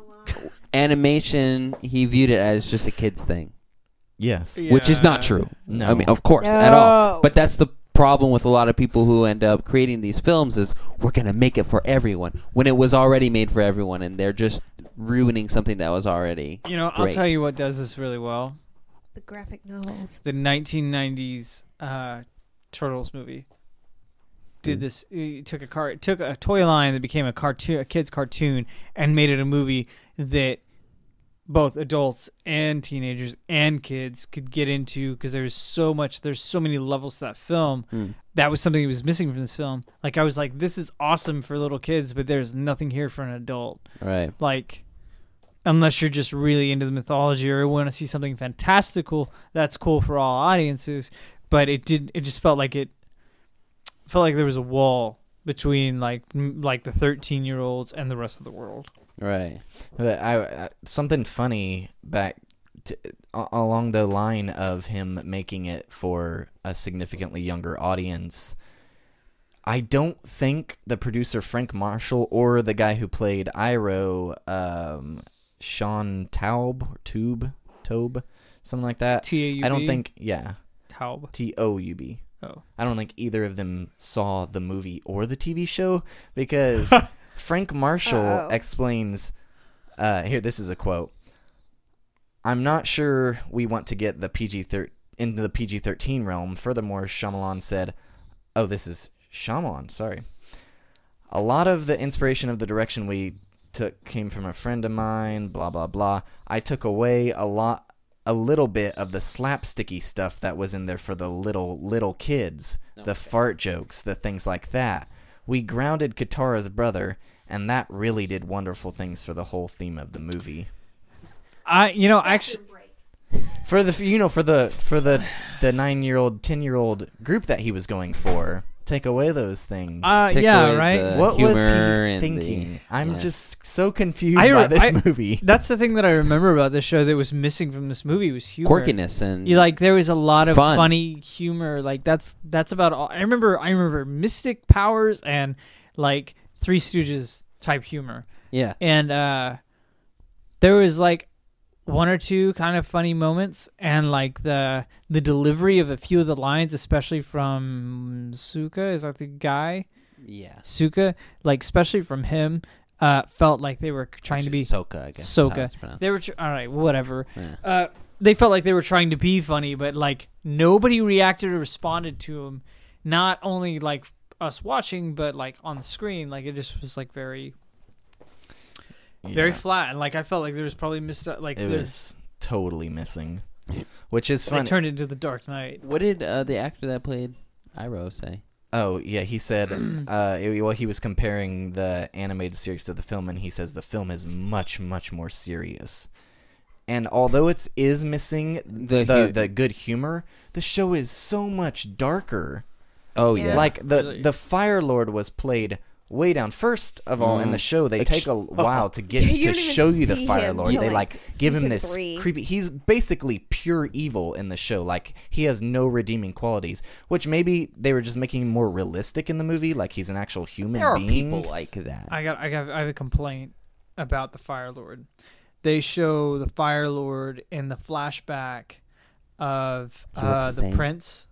animation, he viewed it as just a kids thing,
Yes.
which is not
Yeah.
true.
No.
I mean, of course, at all.
No.
But that's the problem with a lot of people who end up creating these films is we're gonna make it for everyone when it was already made for everyone, and they're just ruining something that was already.
You know, I'll
Great.
tell you what does this really well.
The graphic novels.
the 1990s uh, Turtles movie. did this. He took a car, took a toy line that became a cartoon, a kids cartoon, and made it a movie that both adults and teenagers and kids could get into because there's so much, there's so many levels to that film.
Hmm.
That was something that was missing from this film. Like I was like, this is awesome for little kids, but there's nothing here for an adult
Right.
like unless you're just really into the mythology or want to see something fantastical that's cool for all audiences but it did it just felt like it felt like there was a wall between like m- like the 13 year olds and the rest of the world
Right.
But I, I something funny back t a along the line of him making it for a significantly younger audience. I don't think the producer Frank Marshall or the guy who played Iro, um, Sean Taub, Tube, Tobe, something like that.
T
I don't think, yeah,
taub
T O U B.
oh
I don't think either of them saw the movie or the TV show because Frank Marshall
Uh-oh.
explains uh, here, this is a quote. I'm not sure we want to get the PG thir- into the PG 13 realm. Furthermore, Shyamalan said, Oh, this is Shyamalan, sorry. A lot of the inspiration of the direction we took came from a friend of mine, blah, blah, blah. I took away a lot a little bit of the slapsticky stuff that was in there for the little little kids, the fart jokes, the things like that. We grounded Katara's brother, and that really did wonderful things for the whole theme of the movie.
i you know actually
For the you know for the for the the nine year old ten year old group that he was going for, take away those things.
uh
Take
yeah
away
right
the-
what was
humor and
he
the-
thinking? I'm
yeah.
just so confused
I-
by this
I-
movie.
that's the thing that i remember about this show that was missing from this movie was humor
Quirkiness and
You, like there was a lot of
Fun.
funny humor. Like that's that's about all. I remember I remember Mystic Powers and like Three Stooges type humor,
yeah.
and uh there was like one or two kind of funny moments, and like the the delivery of a few of the lines, especially from Suka, is that the guy
Yeah.
Suka? Like especially from him, uh, felt like they were trying to be.
Soka, I guess. is
Soka.
how it's pronounced.
They were tr- all right, whatever
Yeah.
uh, they felt like they were trying to be funny, but like nobody reacted or responded to him. Not only like us watching, but like on the screen, like it just was like very, very flat. And like I felt like there was probably missed like
It
there-
was totally missing, which is
they
funny.
turned into the Dark Knight.
What did uh, the actor that played Iroh say?
Oh yeah, he said. uh, it- well, he was comparing the animated series to the film, and he says the film is much, much more serious. And although it's is missing
The
the the,
hu-
good humor, the show is so much darker.
Oh
Yeah.
Like the
Really.
the Fire Lord was played way down. First of all, in
Mm.
the show, they
Like,
take
sh-
a while to get
Yeah, oh. you
to
don't even
show you the
see
Fire
him
Lord.
till,
They
like,
like give him
season
this
three.
creepy. He's basically pure evil in the show. Like he has no redeeming qualities, which maybe they were just making him more realistic in the movie. Like he's an actual human
there are
being.
people like that.
I got I got I have a complaint about the Fire Lord. They show the Fire Lord in the flashback of
He looks
uh,
the
the
same.
prince,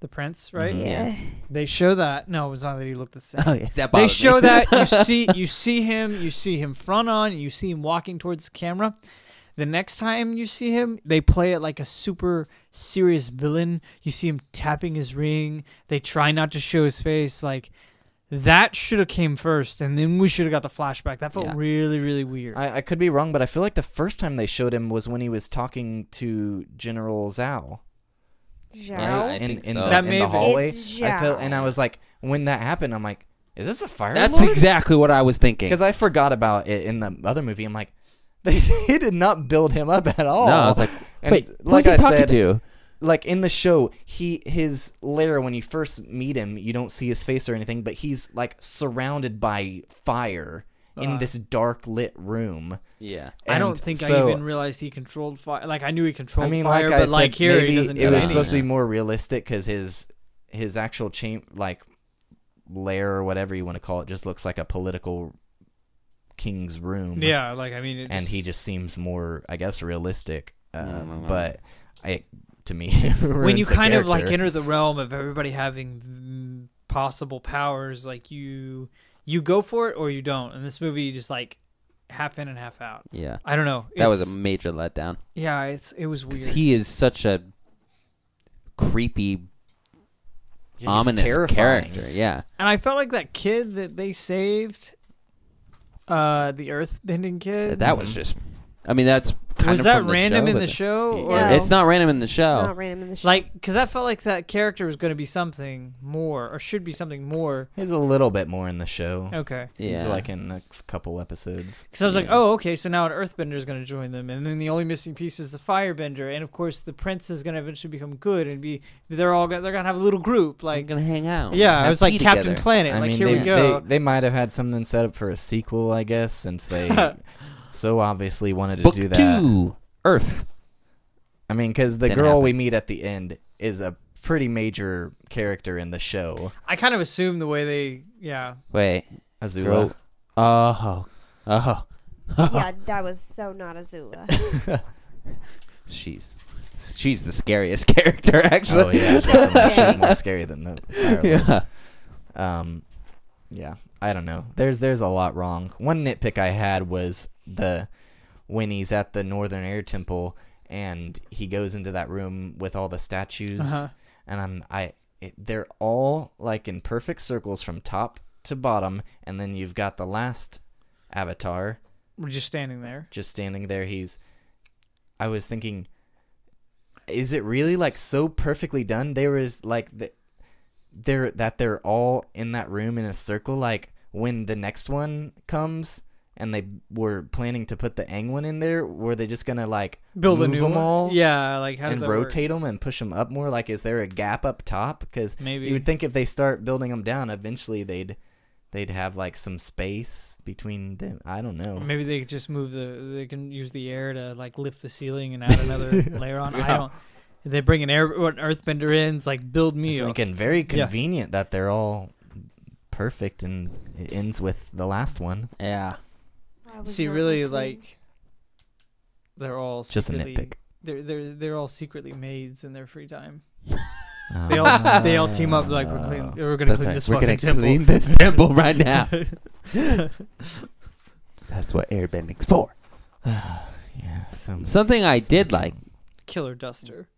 the prince, right?
Mm-hmm.
Mhm.
Yeah.
They show that. No, it was not that he looked the same.
oh, yeah, that
they
bothered
show
me.
that you see you see him you see him front on you see him walking towards the camera the next time you see him they play it like a super serious villain you see him tapping his ring they try not to show his face like that should have came first and then we should have got the flashback that felt
Yeah.
really really weird
I, I could be wrong, but I feel like the first time they showed him was when he was talking to General Zhao
I
Zhao.
in,
think
in,
so.
the,
That
in
may
the
have been-
hallway.
It's
I felt,
Zhao.
and I was like, when that happened, I'm like, is this the Fire
That's
Lord?
exactly what I was thinking.
Because I forgot about it in the other movie. I'm like, they, they did not build him up at all.
No, I was like,
And
wait,
it's-
who's
like
he
I
talking
said-
to?
like in the show, he his lair when you first meet him, you don't see his face or anything, but he's like surrounded by fire in
Uh.
this dark lit room.
Yeah.
I don't
And
think
so-
I even realized he controlled fire. Like I knew he controlled
I mean,
fire,
like I
but like
said,
here he
maybe
doesn't.
it
do
was
anything.
supposed to be more realistic because his his actual chain like lair or whatever you want to call it just looks like a political king's room.
Yeah, like I mean, it
and he just seems more, I guess, realistic. Uh,
Mm.
But I, to me, it
when
ruins
you
the
kind of like
character.
enter the realm of everybody having mm, possible powers like you you go for it or you don't and this movie you just like half in and half out
Yeah.
i don't know
That was
It's-
a major letdown.
yeah it's it was
'Cause
weird
he is such a creepy
He's
ominous
terrifying.
character. Yeah.
And I felt like that kid that they saved, uh, the earth bending kid.
That, that was just. I mean, that's kind
was
of
that
from the
random
show,
in
but
the show?
Yeah,
Or
No.
It's not random in the show.
It's not random in the show.
like, because that felt like that character was going to be something more, or should be something more.
He's a little bit more in the show.
Okay.
yeah.
He's like in a f- couple episodes.
Because I was like,
Yeah.
oh, okay, so now an Earthbender is going to join them, and then the only missing piece is the Firebender, and of course the Prince is going to eventually become good and be. They're all gonna, they're going to have a little group
We're
Mm-hmm.
like.
gonna hang out.
Yeah, I
have
was like
tea
Captain
together.
Planet.
I
like
mean,
here
they,
we go.
They, they might have had something set up for a sequel, I guess, since they so obviously wanted to
Book
do that.
two, Earth.
I mean, because the
Didn't
girl
happen.
we meet at the end is a pretty major character in the show.
I kind of assumed the way they. Yeah.
Wait.
Azula.
Girl. Oh. Oh.
yeah, that was so not Azula.
She's she's the scariest character actually.
Oh yeah, she's so much- she's more scary than the. Fire Lord.
yeah.
Um, yeah, I don't know. There's there's a lot wrong. One nitpick I had was the when he's at the Northern Air Temple and he goes into that room with all the statues,
Uh-huh.
and I'm I it, they're all like in perfect circles from top to bottom, and then you've got the last avatar
We're just standing there.
just standing there. He's I was thinking. Is it really like so perfectly done? There was like the, they're that they're all in that room in a circle. Like when the next one comes and they were planning to put the Ang one in there, were they just gonna like
Build a
move
new
them
one.
all
Yeah. Like how does
and
that work?
rotate them and push them up more? Like is there a gap up top? Because
Maybe.
you would think if they start building them down, eventually they'd they'd have like some space between them. I don't know.
Maybe they could just move the. They can use the air to like lift the ceiling and add another layer on. I don't. They bring an air or an Earthbender in. It's like build me.
It's
a-
thinking very convenient that they're all perfect and it ends with the last one.
Yeah.
I was
See,
not
really,
listening.
like they're all
Just a
secretly,
nitpick.
They're they're they're all secretly maids in their free time.
Oh.
They all they all team up like we're clean. We're gonna
Uh, That's
clean
right.
this
We're
fucking
gonna
temple.
clean this temple right now. That's what airbending's for.
yeah, so much-
Something I
so
did
much-
like
Killer Duster.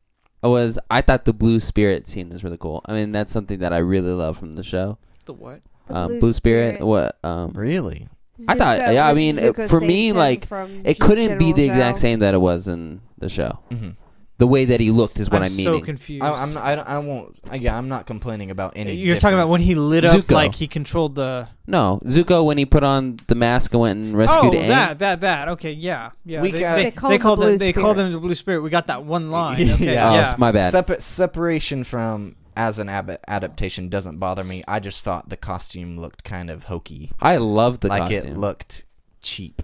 was I thought the blue spirit scene was really cool. I mean, that's something that I really love from the show.
The what?
The
um, blue, spirit. What? Um,
Really?
I thought-
Zuko-
yeah, I mean, it-
Zuko
for
saves
me,
him
like,
from G-
it couldn't be
General
the exact
Zhao.
same that it was in the show.
Mhm.
The way that he looked is what
I'm
I'm,
so
meaning.
confused.
I, I'm. I, don't- I won't. I, yeah, I'm not complaining about any.
You're talking about when he lit up
Zuko.
like he controlled the.
no, Zuko when he put on the mask and went and rescued
oh,
Aang.
that that that. Okay, yeah, yeah.
We
they,
got-
they,
They call
they
him the
called
Blue
them. They
Spirit.
called them the blue spirit. We got that one line. Okay,
Yeah.
Oh,
yeah.
it's my bad.
Separ- separation from as an ab- adaptation doesn't bother me. I just thought the costume looked kind of hokey.
I love the
like
costume.
it looked cheap.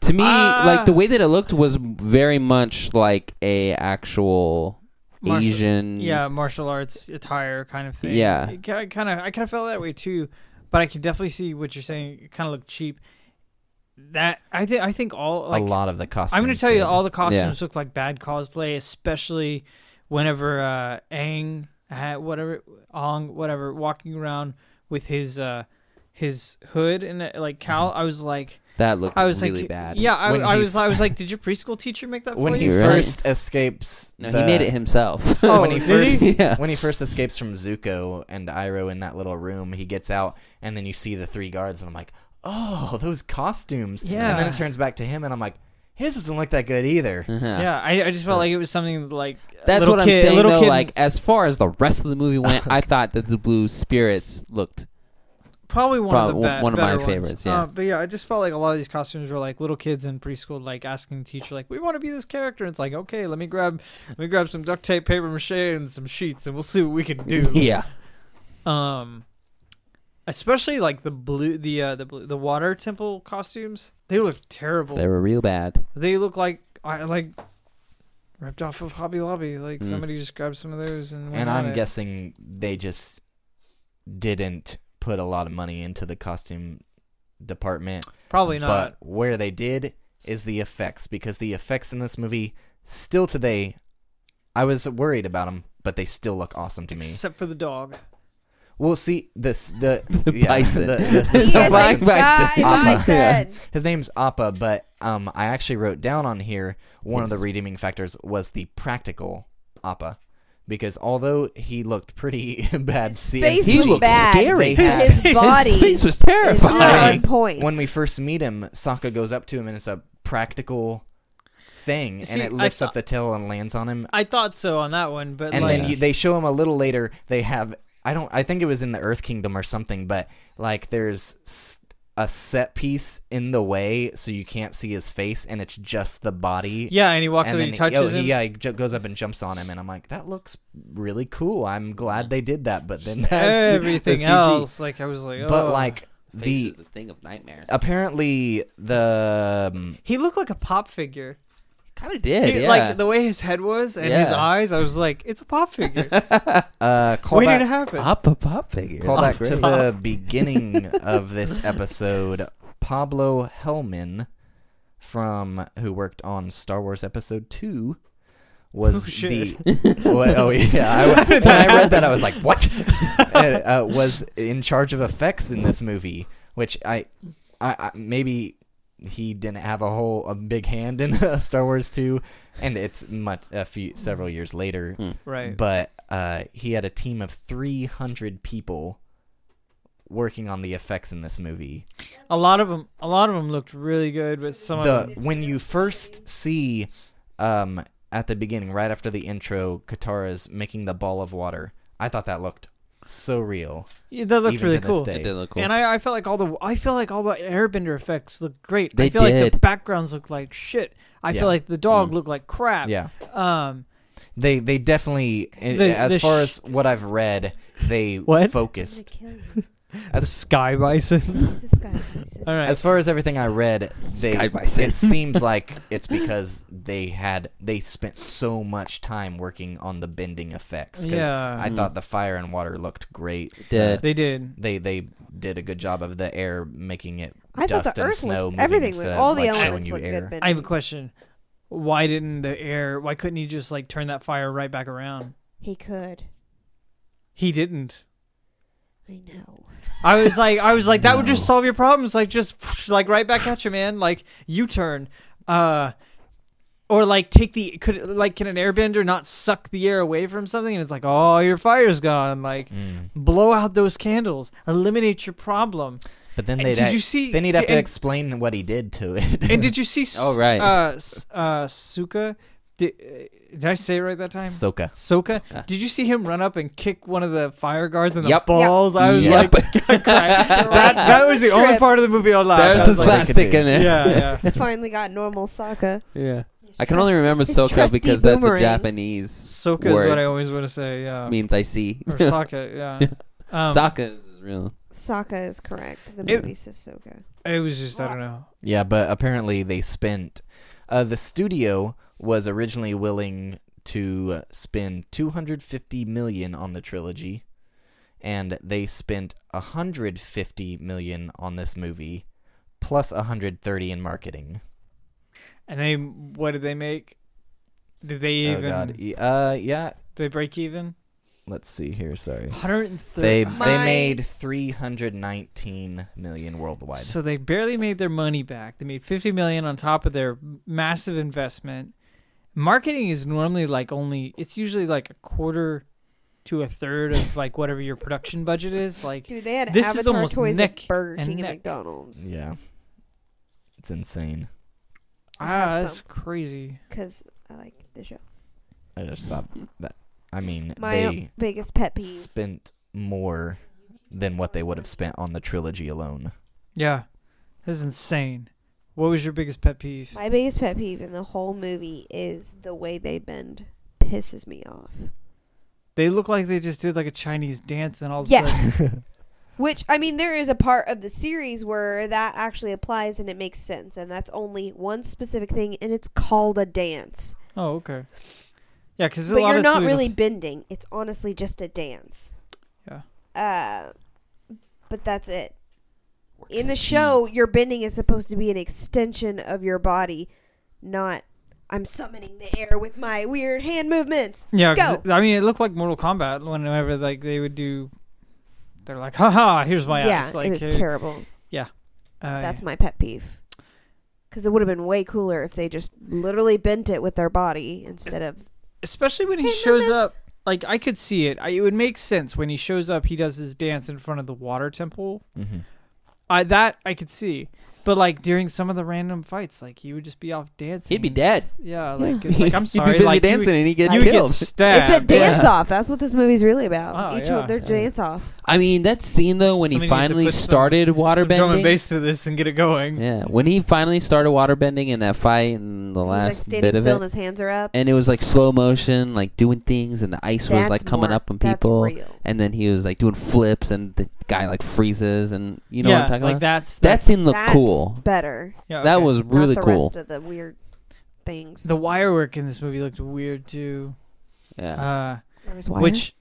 to me,
Ah.
like the way that it looked was very much like a actual
Martial-
Asian.
yeah martial arts attire kind of thing
Yeah.
it kind of i kind of felt that way too but i can definitely see what you're saying it kind of looked cheap that i think i think all like
a lot of the costumes.
i'm gonna tell you
did.
all the costumes look like bad cosplay especially whenever uh ang had whatever ong whatever walking around with his uh his hood and uh, like cowl i was like
that looked
i was
Mm-hmm. really
like
bad.
yeah i,
When
I
he-
was i was like did your preschool teacher make that
when
for
he
you
Right.
first escapes.
no,
the-
he made it himself.
Oh,
when he
did he?
first
Yeah.
when he first escapes from Zuko and Iroh in that little room, he gets out and then you see the three guards and I'm like, "Oh, those costumes." And then
Yeah.
it turns back to him and I'm like, "His doesn't look that good either."
Uh-huh.
yeah, I, I just felt like it was something like a
That's
little
what
kid,
I'm
a
saying.
Little
though,
kid
like as far as the rest of the movie went, I thought that the blue spirits looked
probably one of the
Probably
be-
one of my
better ones.
favorites, yeah.
Uh, but yeah, I just felt like a lot of these costumes were like little kids in preschool, like asking the teacher, like, "We want to be this character." And it's like, okay, let me grab, let me grab some duct tape, paper mache, and some sheets, and we'll see what we can do.
yeah.
Um, especially like the blue, the uh, the blue, the water temple costumes. They look terrible.
They were real bad.
they look like I like. Ripped off of Hobby Lobby, like
Mm.
somebody just grabbed some of those and. went
And
at
I'm
it.
guessing they just didn't put a lot of money into the costume department.
probably not.
But where they did is the effects because the effects in this movie still today I was worried about them, but they still look awesome to me.
Except for the dog.
Well, see this the
The
yeah,
bison.
the- the-
He
It's
is
a
a
black Uh-huh.
sky
bison.
bison.
Yeah. His name's Appa, but um, I actually wrote down on here one of the
Yes.
redeeming factors was the practical Appa because although he looked pretty bad
His
seeing
face
He
was
looked
bad.
scary.
His
His
face-
body
His face was
is not
terrifying.
on point.
when we first meet him, Sokka goes up to him and it's a practical thing,
See,
and
I
it lifts
thought-
up the tail and lands on him.
I thought so on that one, but
and
like,
then you, they show him a little later. They have I don't I think it was in the Earth Kingdom or something, but like there's s- a set piece in the way, so you can't see his face, and it's just the body.
yeah, and he walks
And
up
then
and he
he- oh,
touches
he,
him.
yeah, he ju- goes up and jumps on him, and I'm like, that looks really cool. I'm glad they did that, but then that's uh, the
Everything
CG.
else, like I was like, oh.
But like
The,
the
thing of nightmares.
apparently the um,
he looked like a pop figure.
kind of did.
He-
yeah.
Like the way his head was and his
Yeah.
eyes, I was like, it's a pop figure.
uh,
When did it
callback,
happen?
Up a pop figure. Oh,
callback
That's
to
great.
the beginning of this episode. Pablo Hellman from who worked on Star Wars Episode Two was
Oh, shit.
the what, oh yeah I, when I read that I was like what And, uh, was in charge of effects in this movie which I, I I maybe he didn't have a whole a big hand in Star Wars Two and it's much a few several years later
right.
but uh, he had a team of 300 people working on the effects in this movie.
a lot of them, a lot of them looked really good, but some of
The
them,
when you first see um, at the beginning, right after the intro, Katara's making the ball of water. I thought that looked so real.
Yeah, that looked
even
really
to this
cool.
day.
It did look cool.
And I, I felt like all the I feel like all the airbender effects looked great. I
They
feel like the
did.
backgrounds looked like shit. I
Yeah. Mm.
feel like the dog looked like crap.
Yeah,
Um
they they definitely i-
The-
as
the
far
sh-
as what I've read, they
What?
I'm gonna
focused.
kill you.
the sky bison.
He's a sky person.
all right.
As far as everything I read, they,
Sky bison.
it seems like it's because they had they spent so much time working on the bending effects. 'cause
Yeah.
Mm-hmm.
I thought the fire and water looked great. Uh,
It did.
they did.
They they did a good job of the air making it
I thought
dust
the
and
earth
snow.
looks
moving
everything
instead
looked
of,
all the
like, showing
elements
you
look
air.
good. But
I have a question. Why didn't the air why couldn't he just like turn that fire right back around?
He could.
He didn't.
I know.
I was like I was like that would just solve your problems like just like right back at you man like U-turn uh or like take the could like can an airbender not suck the air away from something and it's like oh your fire's gone like
Mm.
blow out those candles eliminate your problem
But then
And
they'd
did
act-
you see-
Then he'd have to
and-
explain what he did to it.
and did you see S-
Oh, right.
uh S- uh Suka did, uh, did I say it right that time
Soka.
Soka,
Sokka.
did you see him run up and kick one of the fire guards in the
Yep.
balls? I was
Yep.
like, God, that, that was the only
Strip.
part of the movie I laughed.
There's
I
his
was
a
like,
slap.
plastic in there.
Yeah, yeah.
Finally got normal Sokka.
Yeah. I can only remember
his
Soka
trusty
because that's a
boomerang.
Japanese
Soka is
word.
what I always want to say. Yeah,
means I see.
or Sokka. Yeah, um,
Sokka is real.
Sokka is correct. The
It-
movie says Sokka.
It was just I don't know.
Yeah, but apparently they spent. Uh, the studio was originally willing to spend 250 million on the trilogy, and they spent 150 million on this movie, plus 130 in marketing.
And they, what did they make? Did they even?
Oh God. E- Uh, yeah.
They break even.
Let's see here. Sorry.
130.
They they
My-
made 319 million worldwide.
so they barely made their money back. They made 50 million on top of their massive investment. Marketing is normally like only it's usually like a quarter to a third of like whatever your production budget is. Like
Dude, they had
This is
Avatar
almost
toys
neck
at Burger
and
King and,
neck.
McDonald's.
Yeah. It's insane.
I have
ah,
some.
that's crazy.
Because I like the show.
I just thought that. I mean,
My
they.
biggest pet peeve.
spent more than what they would have spent on the trilogy alone.
Yeah, this is insane. What was your biggest pet peeve?
My biggest pet peeve in the whole movie is the way they bend. Pisses me off.
They look like they just did like a Chinese dance and all of a
Yeah.
sudden
Mm-hmm.
Which I mean, there is a part of the series where that actually applies and it makes sense, and that's only one specific thing, and it's called a dance.
Oh, okay. Yeah, because a
but
lot
you're
of
not
smooth-
really bending; it's honestly just a dance.
Yeah.
Uh, but that's it. In the show, your bending is supposed to be an extension of your body, not I'm summoning the air with my weird hand movements.
Yeah, 'cause
go.
I mean, it looked like Mortal Kombat whenever like they would do. They're like, haha, here's my
yeah,
ass. Like,
it was
uh,
terrible.
uh,
That's my pet peeve. Because it would have been way cooler if they just literally bent it with their body instead of.
especially when he
Hey,
shows
movements.
up like I could see it. I, it would make sense when he shows up. He does his dance in front of the water temple.
Mm-hmm.
I that I could see, but like during some of the random fights, like he would just be off dancing.
He'd be dead.
Yeah, like it's like I'm
He'd
sorry,
be busy
like
dancing and he
You
get
would, you would get
killed.
stabbed.
it's a dance off. That's what this movie's really about.
Oh,
Each
yeah.
with their dance off.
I mean, that scene though when
Somebody
he
needs to
finally
put some-
started water
Some drum and
bending.
bass to this and get it going.
Yeah, when he finally started water bending in that fight and the
He's like
last
standing
bit of
still
it,
and his hands are up.
and it was like slow motion, like doing things, and the ice was
That's
like coming
more-
up on
that's
people,
real.
and then he was like doing flips, and the guy like freezes, and you know
yeah,
what I'm talking
like
about.
that's
That scene looked
That's
cool.
Better.
yeah,
That
okay.
was really
Not the
cool.
rest of the weird things.
the wire work in this movie looked weird too.
Yeah,
Uh,
There was wire.
which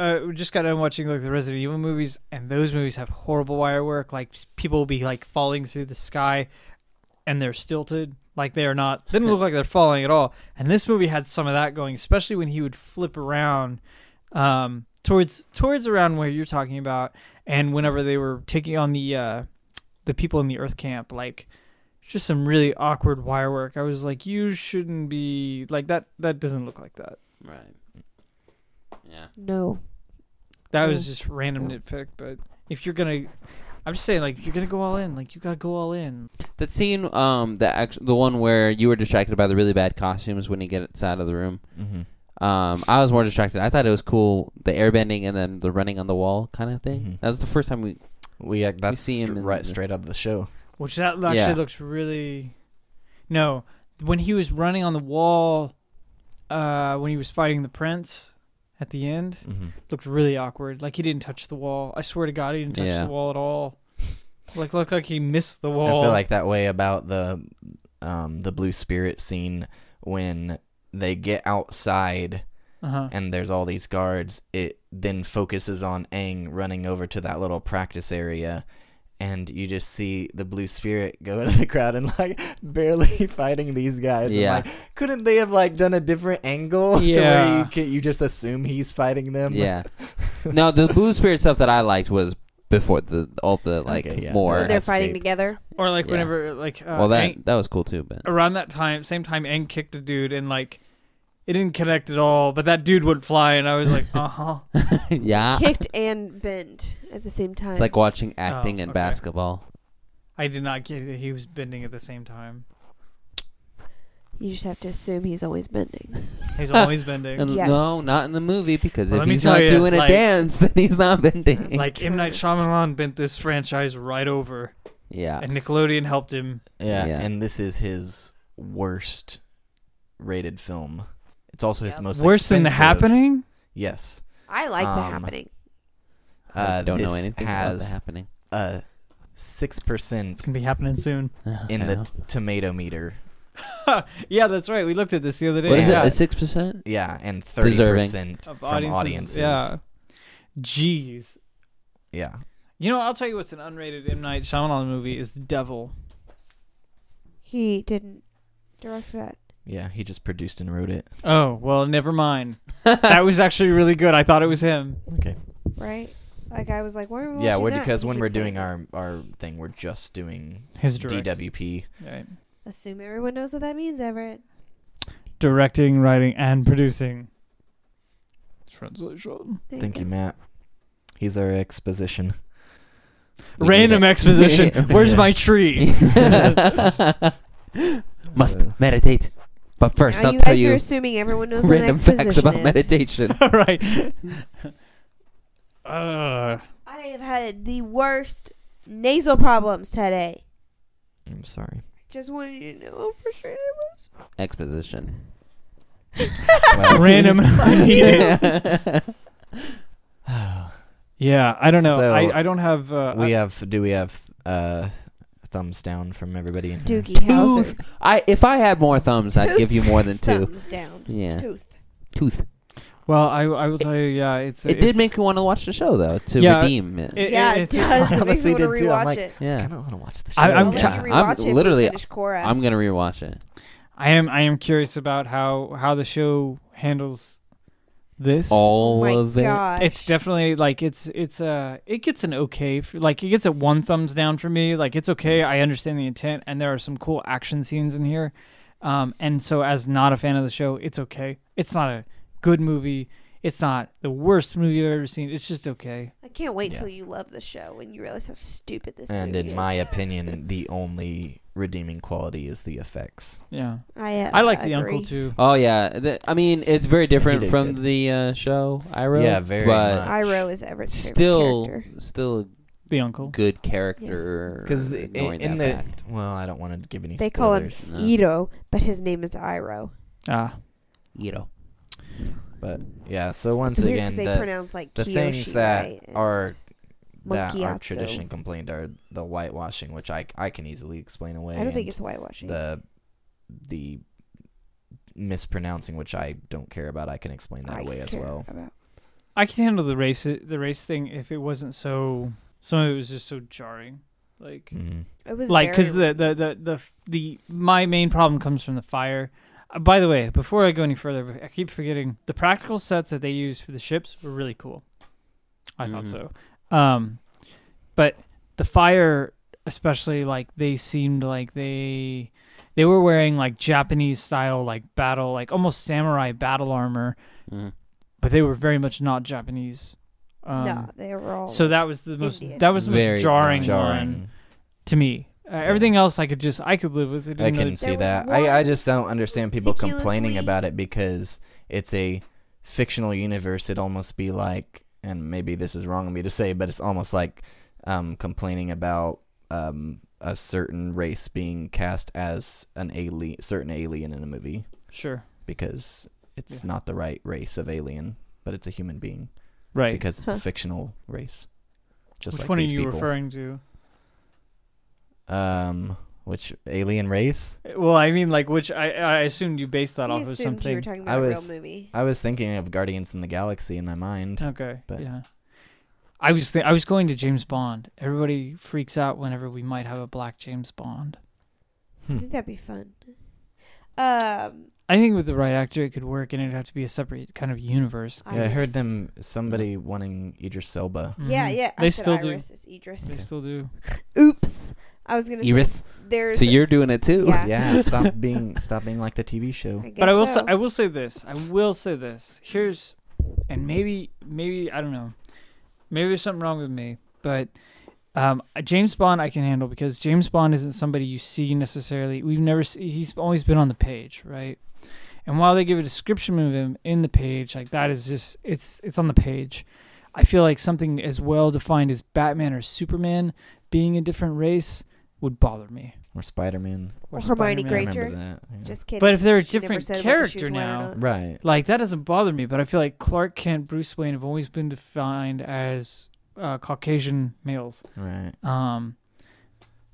uh, we just got done watching like the Resident Evil movies, and those movies have horrible wire work. Like s- people will be like falling through the sky, and they're stilted. Like they are not. They didn't look like they're falling at all. And this movie had some of that going, especially when he would flip around um, towards towards around where you're talking about, and whenever they were taking on the uh, the people in the Earth camp, like just some really awkward wire work. I was like, you shouldn't be like that. That doesn't look like that.
right. Yeah,
No.
That
Mm.
was just random nitpick, but if you're gonna, I'm just saying, like you're gonna go all in, like you gotta go all in.
that scene, um, the act- the one where you were distracted by the really bad costumes when he gets out of the room.
Mm-hmm.
Um, I was more distracted. I thought it was cool the airbending and then the running on the wall kind of
Mm-hmm.
thing.
Mhm.
That was the first time we
We uh, that's
see him
str-
in
right
the-
straight out of the show.
Which that actually
Yeah.
looks really. No, when he was running on the wall, uh, when he was fighting the prince at the end,
Mm-hmm.
looked really awkward. Like he didn't touch the wall. I swear to God, he didn't touch
Yeah.
the wall at all. Like looked like he missed the
I
wall.
feel like that way about the um, the blue spirit scene when they get outside
uh-huh.
and there's all these guards. It then focuses on Aang running over to that little practice area. And you just see the blue spirit go into the crowd and like barely fighting these guys. And,
Yeah.
like, couldn't they have like done a different angle to where
Yeah.
you, can, you just assume he's fighting them?
Yeah. no, the blue spirit stuff that I liked was before the all the like
Okay, yeah.
more.
When they're
escape.
fighting together.
Or like
yeah.
whenever like uh,
well, that
Aang-
that was cool too, but
around that time, same time, Aang kicked a dude and like it didn't connect at all. But that dude would fly, and I was like, uh huh.
yeah,
Kicked and bent at the same time.
Ah. it's like watching acting and
Oh, okay.
basketball.
I did not get that he was bending at the same time.
you just have to assume he's always bending.
He's always bending.
And
Yes.
No, not in the movie because
Well,
if
let me
he's not
tell ya,
doing
like-
a dance, then he's not bending.
Like M Night Shyamalan bent this franchise right over,
yeah,
and Nickelodeon helped him.
Yeah,
Yeah.
and this is his worst rated film. It's also his
Yep.
most
Worse than the
expensive.
happening.
Yes,
I like the
Um,
happening.
I
uh,
don't know
this
anything about that
Has
happening.
a six
It's
percent
gonna be happening soon.
in
I
the
know.
t- tomato meter.
Yeah, that's right. We looked at this the other day.
what is
Yeah.
it? A six percent?
Yeah, and thirty
Deserving.
percent from
Of
audiences.
Yeah. Jeez.
Yeah.
You know, I'll tell you what's an unrated M Night Shyamalan movie is Devil.
He didn't direct that.
Yeah, He just produced and wrote it.
Oh well, never mind. that was actually really good. I thought it was him.
Okay.
right? Like I was like, why are we
yeah,
watching
we're,
that?
because
He
when
keeps
we're
saying
doing
that.
our our thing, we're just doing
His direct.
DWP.
Right.
assume everyone knows what that means, Everett.
Directing, writing, and producing. Translation.
There
Thank
go.
you, Matt. He's our exposition.
We need
Random
it.
exposition. Where's my tree?
Must
Uh,
meditate, but first
now
I'll
you
tell
guys are
you
assuming everyone knows what an
random facts
exposition
about
is.
meditation.
right. Uh,
I have had the worst nasal problems today.
I'm sorry.
Just wanted you to know how frustrated I was.
Exposition.
Well,
random. yeah, I don't know.
So,
I, I don't have. Uh,
we
I-
have do we have uh thumbs down from everybody in here?
Doogie Howser.
I if I had more thumbs, I'd give you more than two.
Thumbs down.
Yeah,
Tooth.
tooth.
well, I, I will tell you. Yeah, it's.
It did make me want to watch the show though to
Yeah,
redeem it.
It-
yeah, it,
it's-
does. It makes me
honestly
want to
did too. I'm
rewatch
like,
it.
I
yeah,
kind of want to watch this.
I-
show
I'm
I'll
again.
try-
let you
I'm
rewatch it when we
literally-
finish Korra.
I'm gonna rewatch it.
I am. I am curious about how how the show handles this.
All
Oh my
of it.
gosh.
It's definitely like it's it's uh it gets an okay f like it gets a one thumbs down for me like it's okay I understand the intent and there are some cool action scenes in here, um and so as not a fan of the show it's okay it's not a good movie. It's not the worst movie I've ever seen. It's just okay.
I can't wait
Yeah.
till you love the show and you realize how stupid this
And
movie
in my
is.
opinion, the only redeeming quality is the effects.
Yeah,
I, uh,
I like the
agree.
uncle too.
Oh yeah, the, I mean it's very different
did
from
good.
the uh, show Iroh.
Yeah, very
But
much.
Iroh is Everett's favorite
still,
character.
still a
The uncle.
good character.
Because in,
ignoring
Oh. in
that
the
fact.
well, I don't want to give any
They call him
spoilers,
No.
Ito, but his name is Iroh.
Ah,
you know,
but yeah. So
It's
once
weird 'cause
again,
they
the,
pronounce like
the
Kiyoshi,
things that
right? And
are that are
Monkeyatsu.
traditionally complained are the whitewashing, which I I can easily explain away.
I don't think
and
it's whitewashing.
the the mispronouncing, which I don't care about. I can explain that
I
away as
care
well.
about-
I can handle the race the race thing if it wasn't so. Some of it was just so jarring. Like
Mhm.
It was
like because
very-
the, the the the the my main problem comes from the fire. Uh, by the way, before I go any further, I keep forgetting the practical sets that they used for the ships were really cool. I thought
Mhm.
so, um, but the fire, especially like they seemed like they they were wearing like Japanese style like battle like almost samurai battle armor,
Mhm.
but they were very much not Japanese. Um,
no, they were all
So that was the most
Indian.
that was the
Very
most jarring, one
jarring.
to me. Uh, everything else, I could just I could live with it.
I
even though
can
it's-
see
was
that.
one
I, I just don't understand people complaining
ridiculously-
about it because it's a fictional universe. It'd almost be like, and maybe this is wrong of me to say, but it's almost like um, complaining about um, a certain race being cast as an alien, certain alien in a movie
sure,
because it's
Yeah.
not the right race of alien, but it's a human being
right.
because it's
Huh.
a fictional race. Just
Which
like
one are
these
you
people.
referring to?
Um, which alien race?
Well, I mean, like which I I assumed you based that
We
off of
assumed You were
something.
talking
I
about
was- um,
a real movie.
I was thinking of Guardians in the Galaxy in my mind.
Okay,
but-
yeah. I was th- I was going to James Bond. Everybody freaks out whenever we might have a black James Bond.
I think that'd be fun. Um,
I think with the right actor, it could work, and it'd have to be a separate kind of universe.
I
Yeah, I heard
Iris.
them somebody wanting Idris Elba.
Yeah,
Mhm.
yeah. I
They
said
still
Iris is
do. They
Idris.
still do.
Oops. I was gonna. Say,
Iris.
there's.
So you're doing it too.
Yeah.
Yeah, stop being stop being like the TV show.
I guess
But I will
so.
say I will say this. I will say this. Here's and maybe maybe I don't know. Maybe there's something wrong with me, but um, James Bond I can handle because James Bond isn't somebody you see necessarily. We've never see, he's always been on the page, right? And while they give a description of him in the page, like that is just it's it's on the page. I feel like something as well defined as Batman or Superman being a different race would bother me.
Or Spider Man.
Or Hermione
Spider-Man.
I remember
Granger.
that. yeah.
Just kidding.
But if they're a
She never
different
said whether she was
character
white or
now,
not.
Right.
like that doesn't bother me but i feel like clark kent bruce wayne have always been defined as uh, caucasian males
Right.
um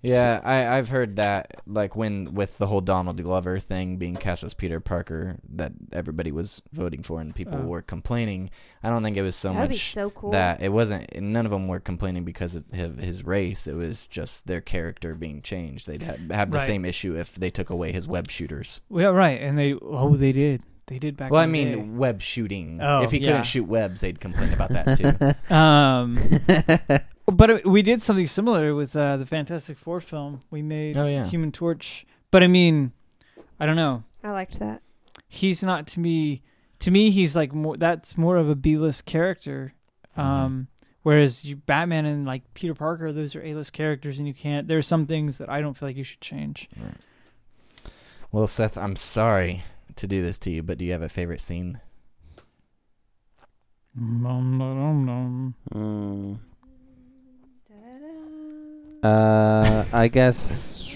Yeah, I, I've heard that like when with the whole Donald Glover thing being cast as Peter Parker that everybody was voting for and people
Oh.
were complaining. I don't think it was so
that'd be
much
so cool.
that it wasn't and none of them were complaining because of hi- his race it was just their character being changed they'd ha- have the
Right.
same issue if they took away his web shooters
yeah right and they oh they did they did back
well i
in the
mean web shooting
Oh,
if he
yeah.
couldn't shoot webs they'd complain about that too
day. um but it- we did something similar with uh, the fantastic four film we made
Oh, yeah.
human torch but i mean i don't know
I liked that.
he's not to me to me he's like more that's more of a b-list character um whereas you batman and like peter parker those are a-list characters and you can't there's some things that i don't feel like you should change
well seth i'm sorry to do this to you but do you have a favorite scene
Nom, nom, nom, nom.
Mm.
Da-da-da.
Uh, I guess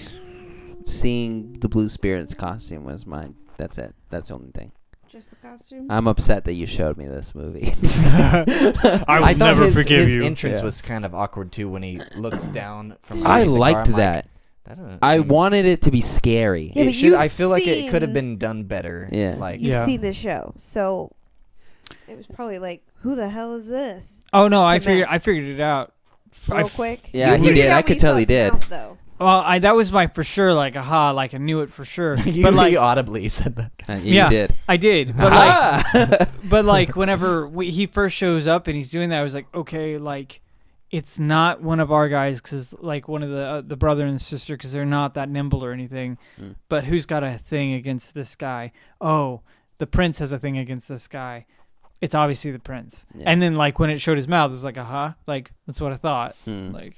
seeing the Blue Spirits costume was mine. That's it. That's the only thing.
Just the costume.
I'm upset that you showed me this movie.
I will
thought
never
his,
forgive
his
you.
entrance
Yeah.
was kind of awkward too when he looks down from
I
underneath the car.
liked
I'm like,
that.
"That doesn't
I
seem-
wanted it to be scary.
Yeah,
it
but
should,
you've
i feel like it could have
seen-
been done better
Yeah.
like
You've
Yeah.
seen the show, so it was probably like, "Who the hell is this?"
oh no i
To
figured
Matt.
i figured it out F- I
Real
f-
quick.
Yeah,
You
he
figured
did.
out
I
when
could
you
tell
saw
he
his
did.
mouth, though.
well i that was my for sure like aha like i knew it for sure
you,
but like
you audibly said that
Uh, you
yeah
did.
i did but like but like whenever we, he first shows up and he's doing that, I was like, okay, like it's not one of our guys because like one of the uh, the brother and sister because they're not that nimble or anything.
Mm.
But who's got a thing against this guy? Oh, the prince has a thing against this guy. It's obviously the prince.
Yeah.
And then like when it showed his mouth, it was like, uh huh, like that's what I thought.
Hmm.
Like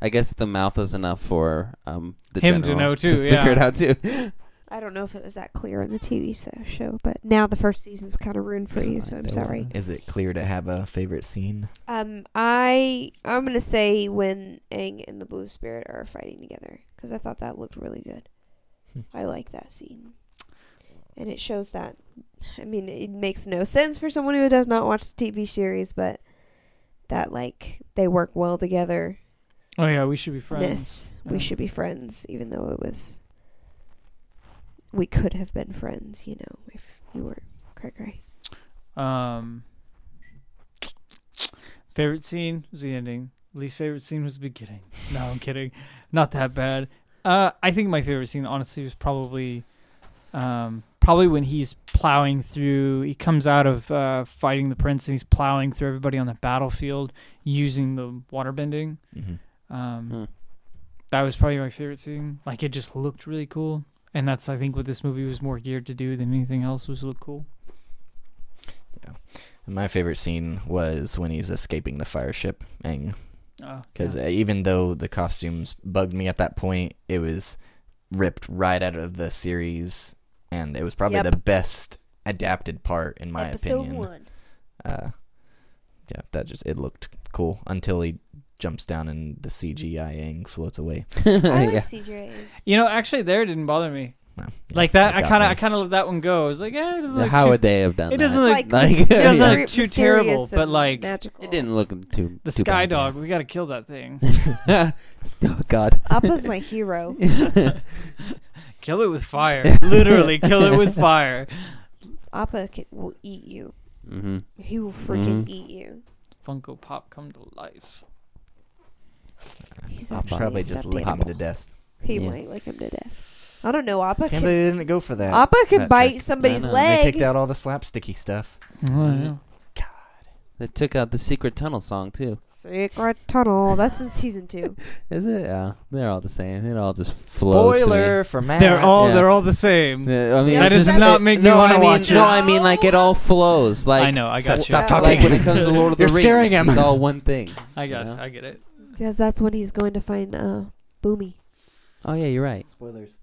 I guess the mouth was enough for um the
Him to
general
know too,
figure
yeah.
it out too.
I don't know if it was that clear in the TV so- show, but now the first season's kind of ruined for you, so I'm sorry.
Is it clear to have a favorite scene?
Um, I I'm gonna say when Aang and the Blue Spirit are fighting together because I thought that looked really good.
Hmm.
I like that scene, and it shows that. I mean, it makes no sense for someone who does not watch the TV series, but that like they work well together.
oh yeah, we should be friends.
Ness, we
Hmm.
Yeah.
should be friends, even though it was. We could have been friends, you know, if you were cray cray.
Um, favorite scene was the ending. Least favorite scene was the beginning. No, I'm kidding. Not that bad. Uh, I think my favorite scene, honestly, was probably, um, probably when he's plowing through. He comes out of uh, fighting the prince, and he's plowing through everybody on the battlefield using the water bending.
Mm-hmm.
Um,
Hmm.
That was probably my favorite scene. Like it just looked really cool, and that's I think what this movie was more geared to do than anything else was look cool.
My favorite scene was when he's escaping the fire ship, Aang.
Uh,
Because even though the costumes bugged me at that point, it was ripped right out of the series, and it was probably
Yep.
the best adapted part in my opinion.
one.
Uh, yeah, that just it looked cool until he jumps down and the CGI Aang floats away.
I like
yeah.
CJ.
You know, actually, there it didn't bother me.
Well, yeah,
Like that, I
got
kind of,
me.
I kind of let that one go. I was like, eh, it doesn't look
How
too-
would they have done
it
that?
doesn't
It's
look-
like,
Like-
mys-
It doesn't
look
myster-
too
mysterious
terrible, but,
and
like,
magical.
it didn't look too
the
too
sky
bad.
dog. We gotta kill that thing.
Oh God.
Appa's my hero.
kill it with fire. Literally, kill it with fire.
Appa can, will eat you.
Mm-hmm.
He will freaking
Mhm.
eat you.
Funko Pop come to life.
He's
I'll
actually
probably
a
just
stuffed
lick him
animal.
to death.
He
Yeah.
might lick him to death. I don't know. Appa
Can't
can.
believe they didn't go for that.
Appa can
that
bite
trick.
somebody's
I know. They
They
leg.
kicked out all the slapsticky stuff.
yeah. They took out the secret tunnel song too.
Secret tunnel. That's in season two.
Is it? Yeah, they're all the same. It all just flows. to me.
Spoiler for Matt.
They're all,
Yeah.
they're all the same.
Yeah, I mean,
That
it
does
just-
not
it-
make me
no,
wanna
I mean,
watch
No,
it.
I mean like it all flows. Like
I know. I got
Stop,
you.
stop
Like,
talking.
Like when it comes to Lord of the
You're
Rings,
scaring him.
it's all one thing.
I got.
Yeah.
You. I get it.
Because that's when he's going to find uh, Boomy.
Oh yeah, you're right.
Spoilers.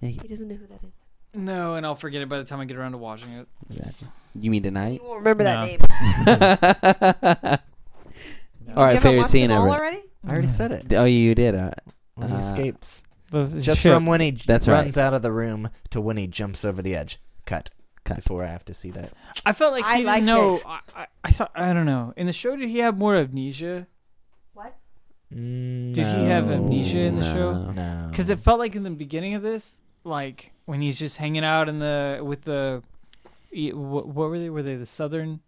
He doesn't know who that is.
No, and I'll forget it by the time I get around to watching it.
Exactly. You mean
He
tonight?
won't remember that
No.
name.
all
You
right,
you
favorite scene ever.
already?
I already said it.
Oh, you did. All right.
When Mm-hmm. he
Uh,
escapes.
The
just
ship.
from when he j-
That's right.
runs out of the room to when he jumps over the edge. Cut.
Cut.
Before I have to see that.
I felt like
I
he
like
didn't know.
this.
I, I, I thought I don't know. In the show, did he have more amnesia?
Did
he have amnesia in the show?
No.
Because it felt like in the beginning of this, like when he's just hanging out in the with the, e- wh- what were they? Were they the southern,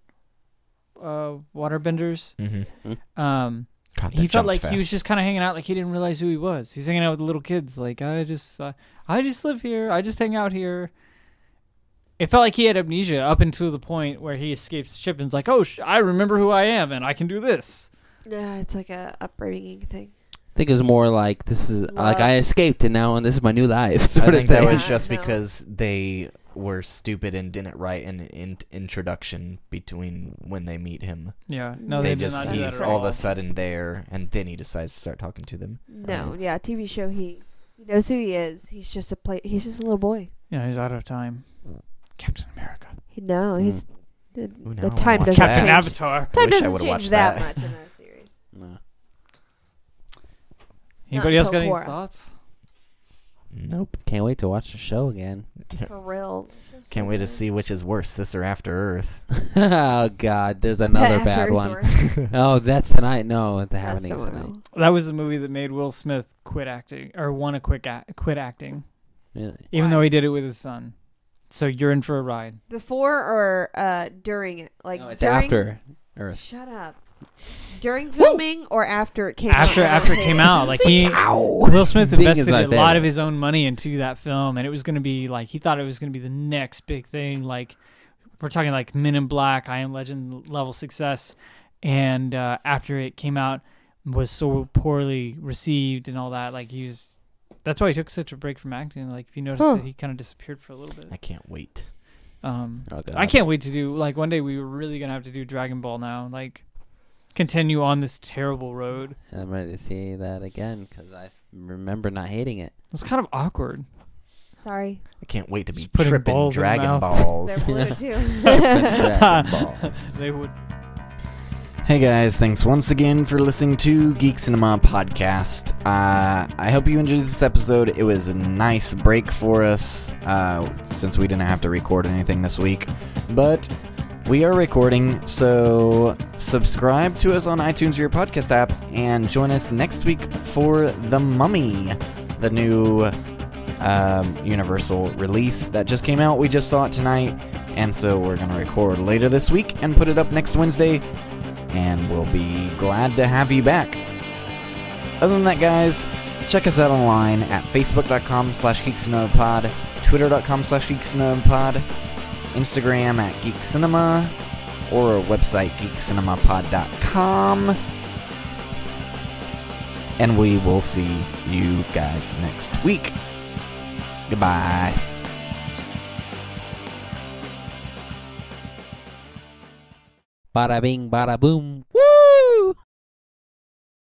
uh, waterbenders?
Mhm.
Um,
God, that
he felt
jumped
like
fast.
he was just kind of hanging out, like he didn't realize who he was. He's hanging out with the little kids, like I just, uh, I just live here, I just hang out here. It felt like he had amnesia up until the point where he escapes the ship and's like, oh, sh- I remember who I am and I can do this.
Yeah, it's like a upbringing thing.
I think it was more like this is like
Love.
I escaped and now and this is my new life. Sort
I think
of thing.
that was
Yeah,
just
no.
because they were stupid and didn't write an in- introduction between when they meet him.
Yeah, no,
they,
they, did
just
not do that
he's
at
all
all.
of a sudden there, and then he decides to start talking to them.
No, yeah, TV show. He he knows who he is. He's just a play. He's just a little boy.
Yeah, he's out of time. Captain America.
He, no,
Mm.
he's the, the
Ooh, no, I
time
want
doesn't
that.
Captain
change. Time
Avatar.
Wish I
doesn't
would've
change
watched
that much
that.
in that series.
No.
Anybody else got any
Tok'ra.
thoughts?
Nope.
Can't wait to watch the show again.
For real.
Can't wait to see which is worse, this or After Earth.
oh God, there's another bad one. Oh, that's tonight. No, the
That's
happening is tonight.
tomorrow.
That was the movie that made Will Smith quit acting or want to quit act- quit acting,
Really?
even
Why?
though he did it with his son. So you're in for a ride.
Before or uh, during? it? Like
no, it's
during,
after Earth.
Shut up. During filming or after it came out?
After
I don't
after it
care.
came out, like he Will Smith
Zing is
invested
my
a lot
favorite.
of his own money into that film, and it was going to be like he thought it was going to be the next big thing. Like we're talking like Men in Black, I Am Legend level success, and uh, after it came out, was so poorly received and all that. Like he was, that's why he took such a break from acting. Like if you notice,
Huh.
that he kind of disappeared for a little bit.
I can't wait.
Um,
Oh, God.
I can't wait to do like one day we were really gonna have to do Dragon Ball now, like continue on this terrible road.
I'm ready to see that again because I remember not hating it.
It's kind of awkward.
Sorry.
I can't wait to be
Just putting
tripping
balls in her
Dragon
mouth.
They're
Balls.
blue too.
Dragon Ball.
They would
hey guys, thanks once again for listening to Geek Cinema Podcast. Uh, I hope you enjoyed this episode. It was a nice break for us uh, since we didn't have to record anything this week. But we are recording, so subscribe to us on iTunes or your podcast app and join us next week for The Mummy, the new um, Universal release that just came out. We just saw it tonight, and so we're going to record later this week and put it up next Wednesday, and we'll be glad to have you back. Other than that, guys, check us out online at facebook.com slash geekscinemapod, twitter.com slash geekscinemapod, Instagram at geekcinema, or our website geekcinemapod.com. And we will see you guys next week. Goodbye.
Bada bing, bada boom.